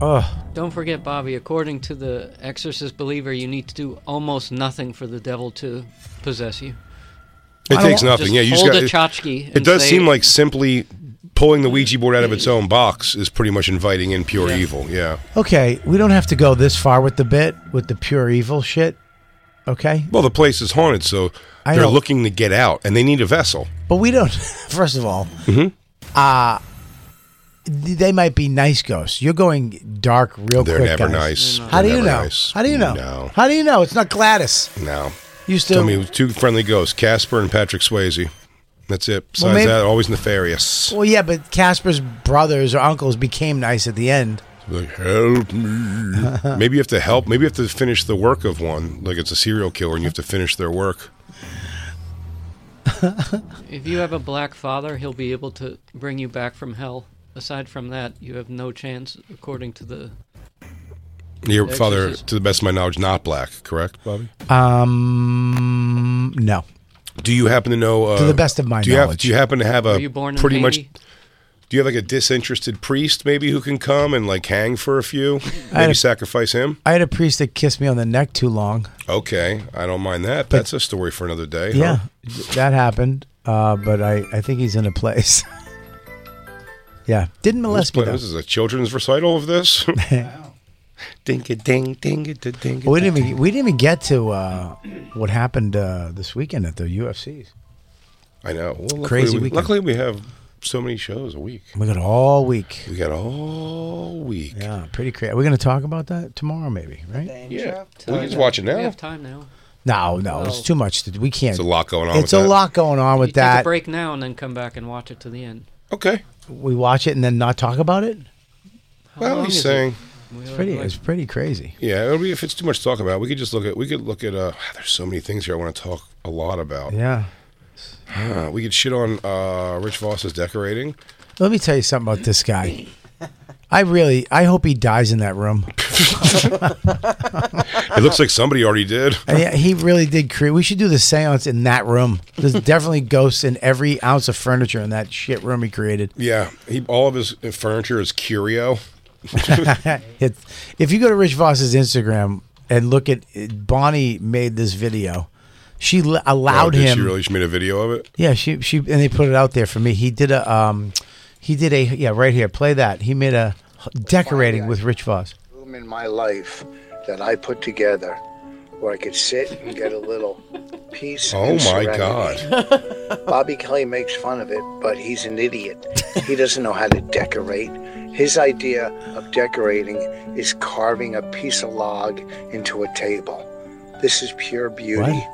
Speaker 4: Ugh.
Speaker 6: Don't forget, Bobby, according to the exorcist believer, you need to do almost nothing for the devil to possess you.
Speaker 2: It takes nothing. yeah, you just
Speaker 6: hold
Speaker 2: got
Speaker 6: a
Speaker 2: it-
Speaker 6: tchotchke
Speaker 2: It,
Speaker 6: and
Speaker 2: does
Speaker 6: say-
Speaker 2: seem like simply pulling the Ouija board out of its own box is pretty much inviting in pure evil. Yeah.
Speaker 4: Okay, we don't have to go this far with the bit with the pure evil shit. Okay,
Speaker 2: Well, the place is haunted, so
Speaker 4: I
Speaker 2: they're
Speaker 4: know.
Speaker 2: looking to get out, and they need a vessel.
Speaker 4: but we don't. First of all,
Speaker 2: Mm-hmm.
Speaker 4: uh th- they might be nice ghosts. You're going dark real
Speaker 2: They're
Speaker 4: quick.
Speaker 2: never
Speaker 4: Oh, guys.
Speaker 2: nice.
Speaker 4: How do
Speaker 2: They're
Speaker 4: you
Speaker 2: never
Speaker 4: know?
Speaker 2: nice.
Speaker 4: How do you know?
Speaker 2: No.
Speaker 4: How do you know? It's not Gladys.
Speaker 2: No.
Speaker 4: You still
Speaker 2: Tell me two friendly ghosts, Casper and Patrick Swayze. That's it. Besides
Speaker 4: Well, maybe-
Speaker 2: that, always nefarious.
Speaker 4: Well, yeah, but Casper's brothers or uncles became nice at the end.
Speaker 2: Like, help me. maybe you have to help. Maybe you have to finish the work of one. Like it's a serial killer, and you have to finish their work.
Speaker 6: If you have a black father, he'll be able to bring you back from hell. Aside from that, you have no chance, according to the.
Speaker 2: Your
Speaker 6: the
Speaker 2: father,
Speaker 6: exorcist.
Speaker 2: to the best of my knowledge, not black. Correct, Bobby.
Speaker 4: Um, no.
Speaker 2: Do you happen to know? Uh,
Speaker 4: To the best of my
Speaker 2: do you have-
Speaker 4: knowledge.
Speaker 2: do you happen to have a
Speaker 6: Were you born in
Speaker 2: pretty much?
Speaker 6: Haiti?
Speaker 2: Do you have like a disinterested priest maybe who can come and like hang for a few?
Speaker 4: I had
Speaker 2: Maybe
Speaker 4: a-
Speaker 2: sacrifice him.
Speaker 4: I had a priest that kissed me on the neck too long.
Speaker 2: Okay, I don't mind that. That's a story for another day. huh?
Speaker 4: Yeah, that happened. Uh, but I, I think he's in a place. yeah, didn't
Speaker 2: This,
Speaker 4: molest me
Speaker 2: play-
Speaker 4: though.
Speaker 2: this is a children's recital of this. ding a ding ding a ding.
Speaker 4: But we didn't even we didn't even get to uh, what happened uh, this weekend at the UFCs.
Speaker 2: I know. Well, luckily
Speaker 4: Crazy
Speaker 2: We,
Speaker 4: weekend.
Speaker 2: luckily, we have so many shows a week.
Speaker 4: We got all week.
Speaker 2: We got all week.
Speaker 4: Yeah, pretty crazy. We're going to talk about that tomorrow, maybe, right?
Speaker 2: Yeah, we can just watch it
Speaker 6: We
Speaker 2: now.
Speaker 6: have time now.
Speaker 4: No, no, it's too much. To, we can't.
Speaker 2: It's a lot going on
Speaker 4: It's
Speaker 2: with
Speaker 4: a
Speaker 2: that.
Speaker 4: lot going on with
Speaker 6: you take a
Speaker 4: that.
Speaker 6: break now and then come back and watch it to the end.
Speaker 2: Okay.
Speaker 4: We watch it and then not talk about it.
Speaker 6: How
Speaker 2: Well,
Speaker 6: long
Speaker 2: he's
Speaker 6: is it?
Speaker 2: saying.
Speaker 6: We
Speaker 4: It's
Speaker 6: have,
Speaker 4: pretty.
Speaker 6: like,
Speaker 4: It's pretty crazy.
Speaker 2: Yeah, it'll be, if it's too much to talk about, we could just look at. We could look at. Uh, there's so many things here I want to talk a lot about.
Speaker 4: Yeah.
Speaker 2: Uh, we could shit on uh, Rich Voss's decorating.
Speaker 4: Let me tell you something about this guy. I really. I hope he dies in that room. Uh-huh.
Speaker 2: It looks like somebody already did.
Speaker 4: Uh, yeah, he really did create. We should do the seance in that room. There's definitely ghosts in every ounce of furniture in that shit room he created.
Speaker 2: Yeah, he all of his furniture is curio.
Speaker 4: It's, if you go to Rich Voss's Instagram and look at Bonnie made this video, she l- allowed
Speaker 2: Oh, did
Speaker 4: him.
Speaker 2: She really she made a video of it.
Speaker 4: yeah, she she and they put it out there for me. He did a um, he did a yeah right here. Play that. He made a decorating with Rich Voss.
Speaker 10: room in my life that I put together where I could sit and get a little peace.
Speaker 2: Oh
Speaker 10: and
Speaker 2: my
Speaker 10: serenity.
Speaker 2: God.
Speaker 10: Bobby Kelly makes fun of it, but he's an idiot. He doesn't know how to decorate. His idea of decorating is carving a piece of log into a table. This is pure beauty.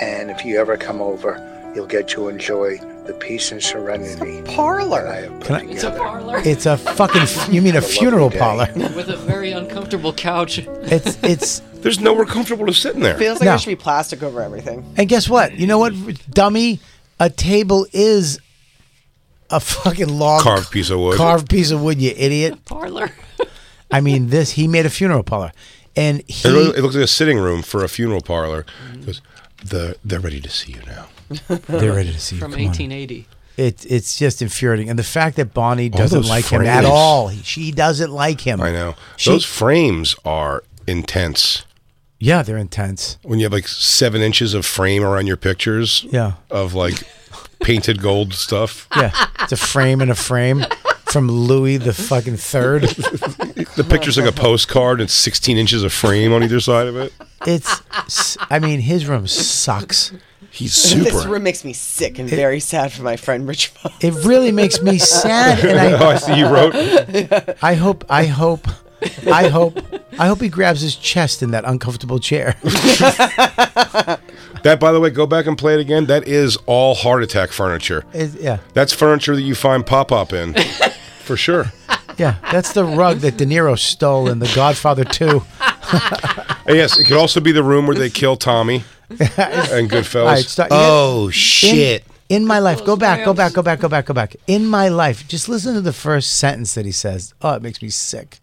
Speaker 10: And if you ever come over, you'll get to enjoy the peace and serenity. parlor. I have put
Speaker 4: Can I-
Speaker 10: together.
Speaker 4: It's a fucking. f- You mean a funeral parlor?
Speaker 6: With a very uncomfortable couch.
Speaker 4: It's it's.
Speaker 2: There's nowhere comfortable to sit in there.
Speaker 7: Feels like
Speaker 4: No.
Speaker 7: there should be plastic over everything.
Speaker 4: And guess what? You know what, dummy? A table is a fucking log
Speaker 2: Carved piece of wood.
Speaker 4: Carved piece of wood, you idiot.
Speaker 6: Parlor.
Speaker 4: I mean, this he made a funeral parlor, and he
Speaker 2: It, loo- it looks like a sitting room for a funeral parlor.
Speaker 4: Mm-hmm.
Speaker 2: Goes, the they're ready to see you now.
Speaker 4: they're ready to see you.
Speaker 6: From
Speaker 4: Come on.
Speaker 6: 1880.
Speaker 4: It, it's just infuriating, and the fact that Bonnie
Speaker 2: All
Speaker 4: doesn't
Speaker 2: those
Speaker 4: like him at
Speaker 2: frames.
Speaker 4: all. She doesn't like him.
Speaker 2: I know
Speaker 4: Mm-hmm. She-
Speaker 2: those frames are intense.
Speaker 4: Yeah, they're intense.
Speaker 2: When you have like seven inches of frame around your pictures,
Speaker 4: Yeah.
Speaker 2: of like painted gold stuff.
Speaker 4: Yeah, it's a frame and a frame from Louis the fucking third.
Speaker 2: The picture's like a postcard. It's 16 inches of frame on either side of it.
Speaker 4: It's, s- I mean, his room sucks.
Speaker 2: He's
Speaker 7: This
Speaker 2: super.
Speaker 7: room makes me sick and very sad for my friend Rich Fox.
Speaker 4: It really makes me sad, and
Speaker 2: oh, I
Speaker 4: I,
Speaker 2: see you wrote.
Speaker 4: I hope, I hope, I hope, I hope he grabs his chest in that uncomfortable chair.
Speaker 2: That, by the way, go back and play it again. That is all heart attack furniture.
Speaker 4: It- yeah,
Speaker 2: That's furniture that you find pop up in, for sure.
Speaker 4: yeah, that's the rug that De Niro stole in The Godfather Two.
Speaker 2: And yes, it could also be the room where they kill Tommy and Goodfellas.
Speaker 4: All right, start-
Speaker 2: oh
Speaker 4: In- In, my life, go back, go back, go back, go back, go back. In my life, just listen to the first sentence that he says. Oh, it makes me sick.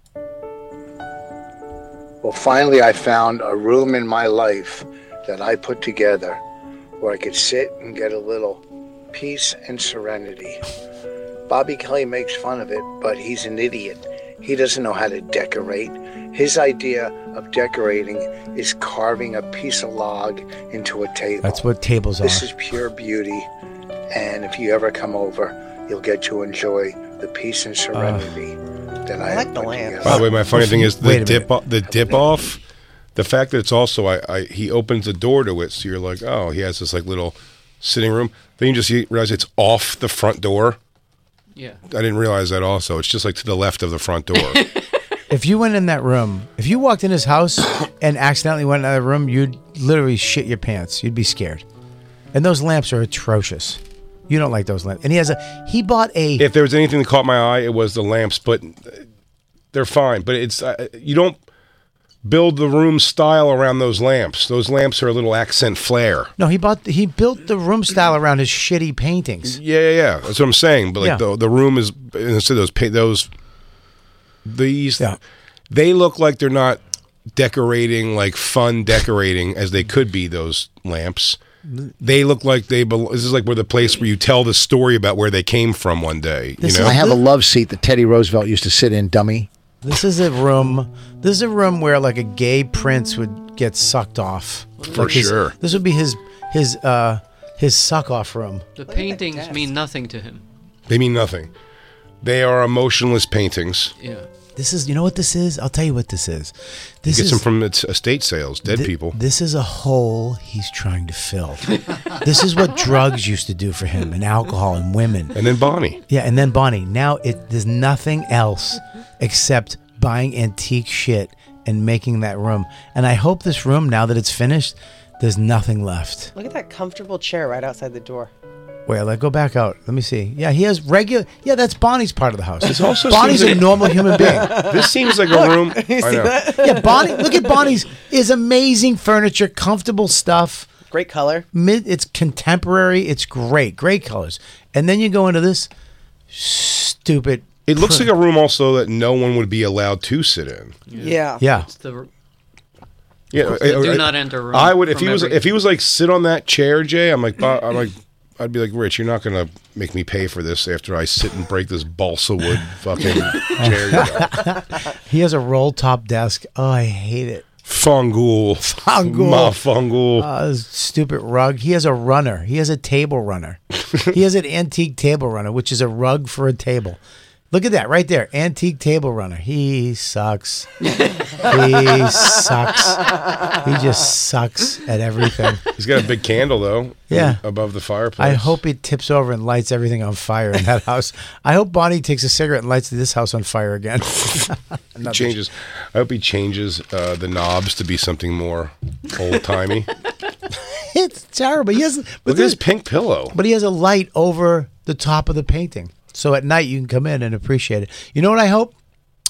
Speaker 10: Well, finally, I found a room in my life that I put together where I could sit and get a little peace and serenity. Bobby Kelly makes fun of it, but he's an idiot. He doesn't know how to decorate. His idea of decorating is carving a piece of log into a table.
Speaker 4: That's what tables are.
Speaker 10: This is pure beauty. And if you ever come over, you'll get to enjoy the peace and serenity that I, like the lamp.
Speaker 2: By the way, my funny thing is
Speaker 4: Wait
Speaker 2: the
Speaker 4: a
Speaker 2: dip o- the dip off. The fact that it's also I, I he opens the door to it, so you're like, oh, he has this like little sitting room. Then you just see- realize it's off the front door.
Speaker 6: Yeah.
Speaker 2: I didn't realize that. Also, it's just like to the left of the front door.
Speaker 4: If you went in that room, if you walked in his house and accidentally went in that room, you'd literally shit your pants. You'd be scared. And those lamps are atrocious. You don't like those lamps. And he has a he bought a
Speaker 2: if there was anything that caught my eye, it was the lamps, but they're fine. But it's uh, you don't build the room style around those lamps. Those lamps are a little accent flair.
Speaker 4: No, he bought he built the room style around his shitty paintings.
Speaker 2: Yeah, yeah, yeah. That's what I'm saying. But like
Speaker 4: Yeah.
Speaker 2: the the room is instead of those pa- those these they look like they're not decorating like fun decorating as they could be those lamps. They look like they belong. This is like where the place where you tell the story about where they came from one day. You know,
Speaker 11: I have a love seat that Teddy Roosevelt used to sit in, dummy.
Speaker 4: This is a room. This is a room where like a gay prince would get sucked off.
Speaker 2: For
Speaker 4: Like his-
Speaker 2: sure.
Speaker 4: This would be his his uh his suck off room.
Speaker 6: The paintings mean nothing to him.
Speaker 2: they mean nothing. They are emotionless paintings.
Speaker 6: Yeah.
Speaker 4: This is you know what this is? I'll tell you what this is.
Speaker 2: You
Speaker 4: This
Speaker 2: get
Speaker 4: is
Speaker 2: them from its estate sales. Dead
Speaker 4: thi-
Speaker 2: people.
Speaker 4: This is a hole he's trying to fill. this is what drugs used to do for him and alcohol and women.
Speaker 2: And then Bonnie.
Speaker 4: Yeah, and then Bonnie. Now it there's nothing else except buying antique shit and making that room. And I hope this room, now that it's finished, there's nothing left.
Speaker 7: Look at that comfortable chair right outside the door.
Speaker 4: Wait, let go back out. Let me see. Yeah, he has regular. Yeah, that's Bonnie's part of the house.
Speaker 2: This also
Speaker 4: Bonnie's
Speaker 2: seems
Speaker 4: a
Speaker 2: like-
Speaker 4: normal human being.
Speaker 2: This seems like a room. I know.
Speaker 4: Yeah, Bonnie. Look at Bonnie's is amazing furniture, comfortable stuff.
Speaker 7: Great color.
Speaker 4: Mid, it's contemporary. It's great, great colors. And then you go into this stupid.
Speaker 2: It looks
Speaker 4: pr-
Speaker 2: like a room also that no one would be allowed to sit in.
Speaker 7: Yeah.
Speaker 4: Yeah.
Speaker 6: It's the
Speaker 2: Yeah,
Speaker 6: The do
Speaker 2: I-
Speaker 6: not enter room
Speaker 2: I would if
Speaker 6: from
Speaker 2: he was
Speaker 6: every-
Speaker 2: if he was like sit on that chair, Jay. I'm like "Bo- I'm like I'd be like Rich, you're not gonna make me pay for this after I sit and break this balsa wood fucking chair. You got.
Speaker 4: He has a roll top desk. Oh, I hate it.
Speaker 2: Fungal,
Speaker 4: Fungal.
Speaker 2: my fungal.
Speaker 4: Uh, this stupid rug. He has a runner. He has a table runner. he has an antique table runner, which is a rug for a table. Look at that right there. Antique table runner. He sucks. he sucks. He just sucks at everything.
Speaker 2: He's got a big candle though.
Speaker 4: Yeah.
Speaker 2: above the fireplace.
Speaker 4: I hope it tips over and lights everything on fire in that house. I hope Bonnie takes a cigarette and lights this house on fire again.
Speaker 2: he changes. I hope he changes uh, the knobs to be something more old timey.
Speaker 4: it's terrible. He has,
Speaker 2: Look at his pink pillow.
Speaker 4: But he has a light over the top of the painting. So at night you can come in and appreciate it. You know what I hope?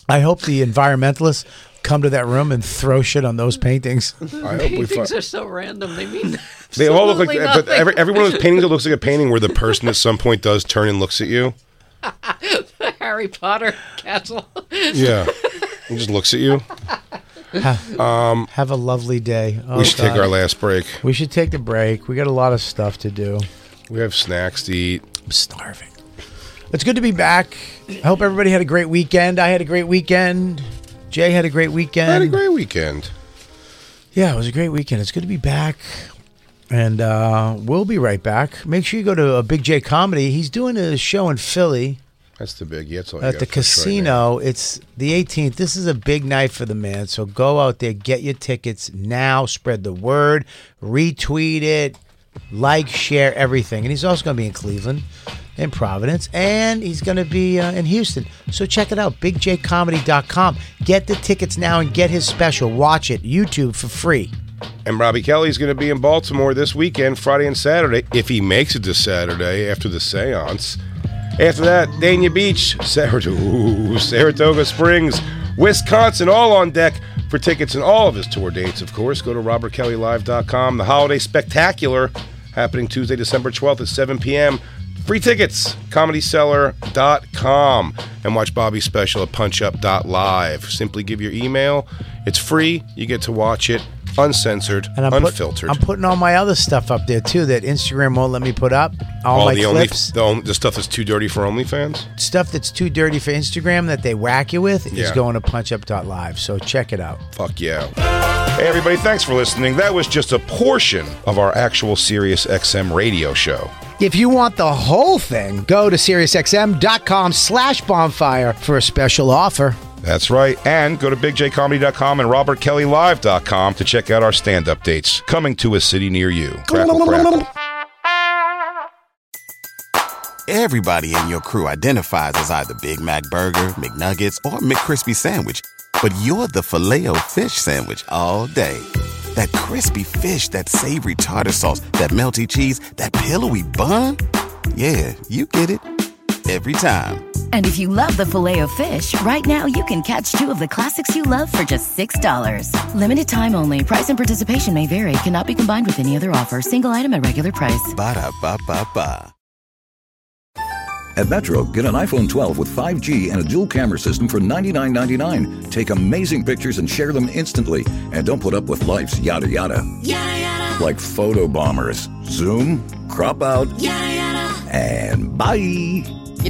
Speaker 4: I hope the environmentalists come to that room and throw shit on those paintings.
Speaker 2: I hope we
Speaker 6: paintings
Speaker 2: fi-
Speaker 6: are so random. They mean
Speaker 2: They all look like,
Speaker 6: absolutely
Speaker 2: but every, every one of those paintings that looks like a painting where the person at some point does turn and looks at you.
Speaker 6: nothing. Harry Potter castle.
Speaker 2: Yeah, he just looks at you. Um,
Speaker 4: Have a lovely day. Oh,
Speaker 2: we should take
Speaker 4: God.
Speaker 2: our last break.
Speaker 4: We should take the break. We got a lot of stuff to do.
Speaker 2: We have snacks to eat.
Speaker 4: I'm starving. It's good to be back. I hope everybody had a great weekend. I had a great weekend. Jay had a great weekend.
Speaker 2: I had a great weekend.
Speaker 4: Yeah, it was a great weekend. It's good to be back. And uh, we'll be right back. Make sure you go to a Big J Comedy. He's doing a show in Philly
Speaker 2: That's the big. Oh, Yeah, that's all I
Speaker 4: at
Speaker 2: got
Speaker 4: the
Speaker 2: for us right
Speaker 4: casino.
Speaker 2: now.
Speaker 4: it's the 18th. This is a big night for the man. So go out there, get your tickets now, spread the word, retweet it, like, share everything. And he's also going to be in Cleveland and Providence, and he's going to be uh, in Houston. So check it out, bigjcomedy.com. Get the tickets now and get his special. Watch it, YouTube for free.
Speaker 2: And Robbie Kelly's going to be in Baltimore this weekend, Friday and Saturday, if he makes it to Saturday after the seance. After that, Dania Beach, Saratoga, Saratoga Springs, Wisconsin, all on deck. For tickets and all of his tour dates, of course, go to robertkellylive.com. The Holiday Spectacular happening Tuesday, December 12th at 7 p.m. Free tickets, comedyseller.com. And watch Bobby's special at punchup.live. Simply give your email. It's free. You get to watch it. uncensored,
Speaker 4: And I'm put-
Speaker 2: unfiltered.
Speaker 4: I'm putting all my other stuff up there too that Instagram won't let me put up. All, my
Speaker 2: the only
Speaker 4: clips,
Speaker 2: the, only, the stuff that's too dirty for OnlyFans.
Speaker 4: stuff that's too dirty for Instagram that they whack you with is
Speaker 2: Yeah.
Speaker 4: going to punchup.live. So check it out.
Speaker 2: Fuck yeah. Hey, everybody, thanks for listening. That was just a portion of our actual Sirius XM radio show.
Speaker 1: If you want the whole thing, go to SiriusXM.com slash bonfire for a special offer.
Speaker 2: That's right. And go to bigjcomedy.com and robertkellylive.com to check out our stand up dates coming to a city near you. Crackle, crackle.
Speaker 12: Everybody in your crew identifies as either Big Mac Burger, McNuggets, or McCrispy Sandwich. But you're the filet fish Sandwich all day. That crispy fish, that savory tartar sauce, that melty cheese, that pillowy bun. Yeah, you get it. Every time.
Speaker 13: And if you love the filet of fish, right now you can catch two of the classics you love for just $6. Limited time only. Price and participation may vary. Cannot be combined with any other offer. Single item at regular price.
Speaker 12: Ba-da-ba-ba-ba.
Speaker 14: At Metro, get an iPhone 12 with 5G and a dual camera system for $99.99. Take amazing pictures and share them instantly. And don't put up with life's yada yada. Yada yada. Like photo bombers. Zoom, crop out. Yada yada. And bye.
Speaker 15: You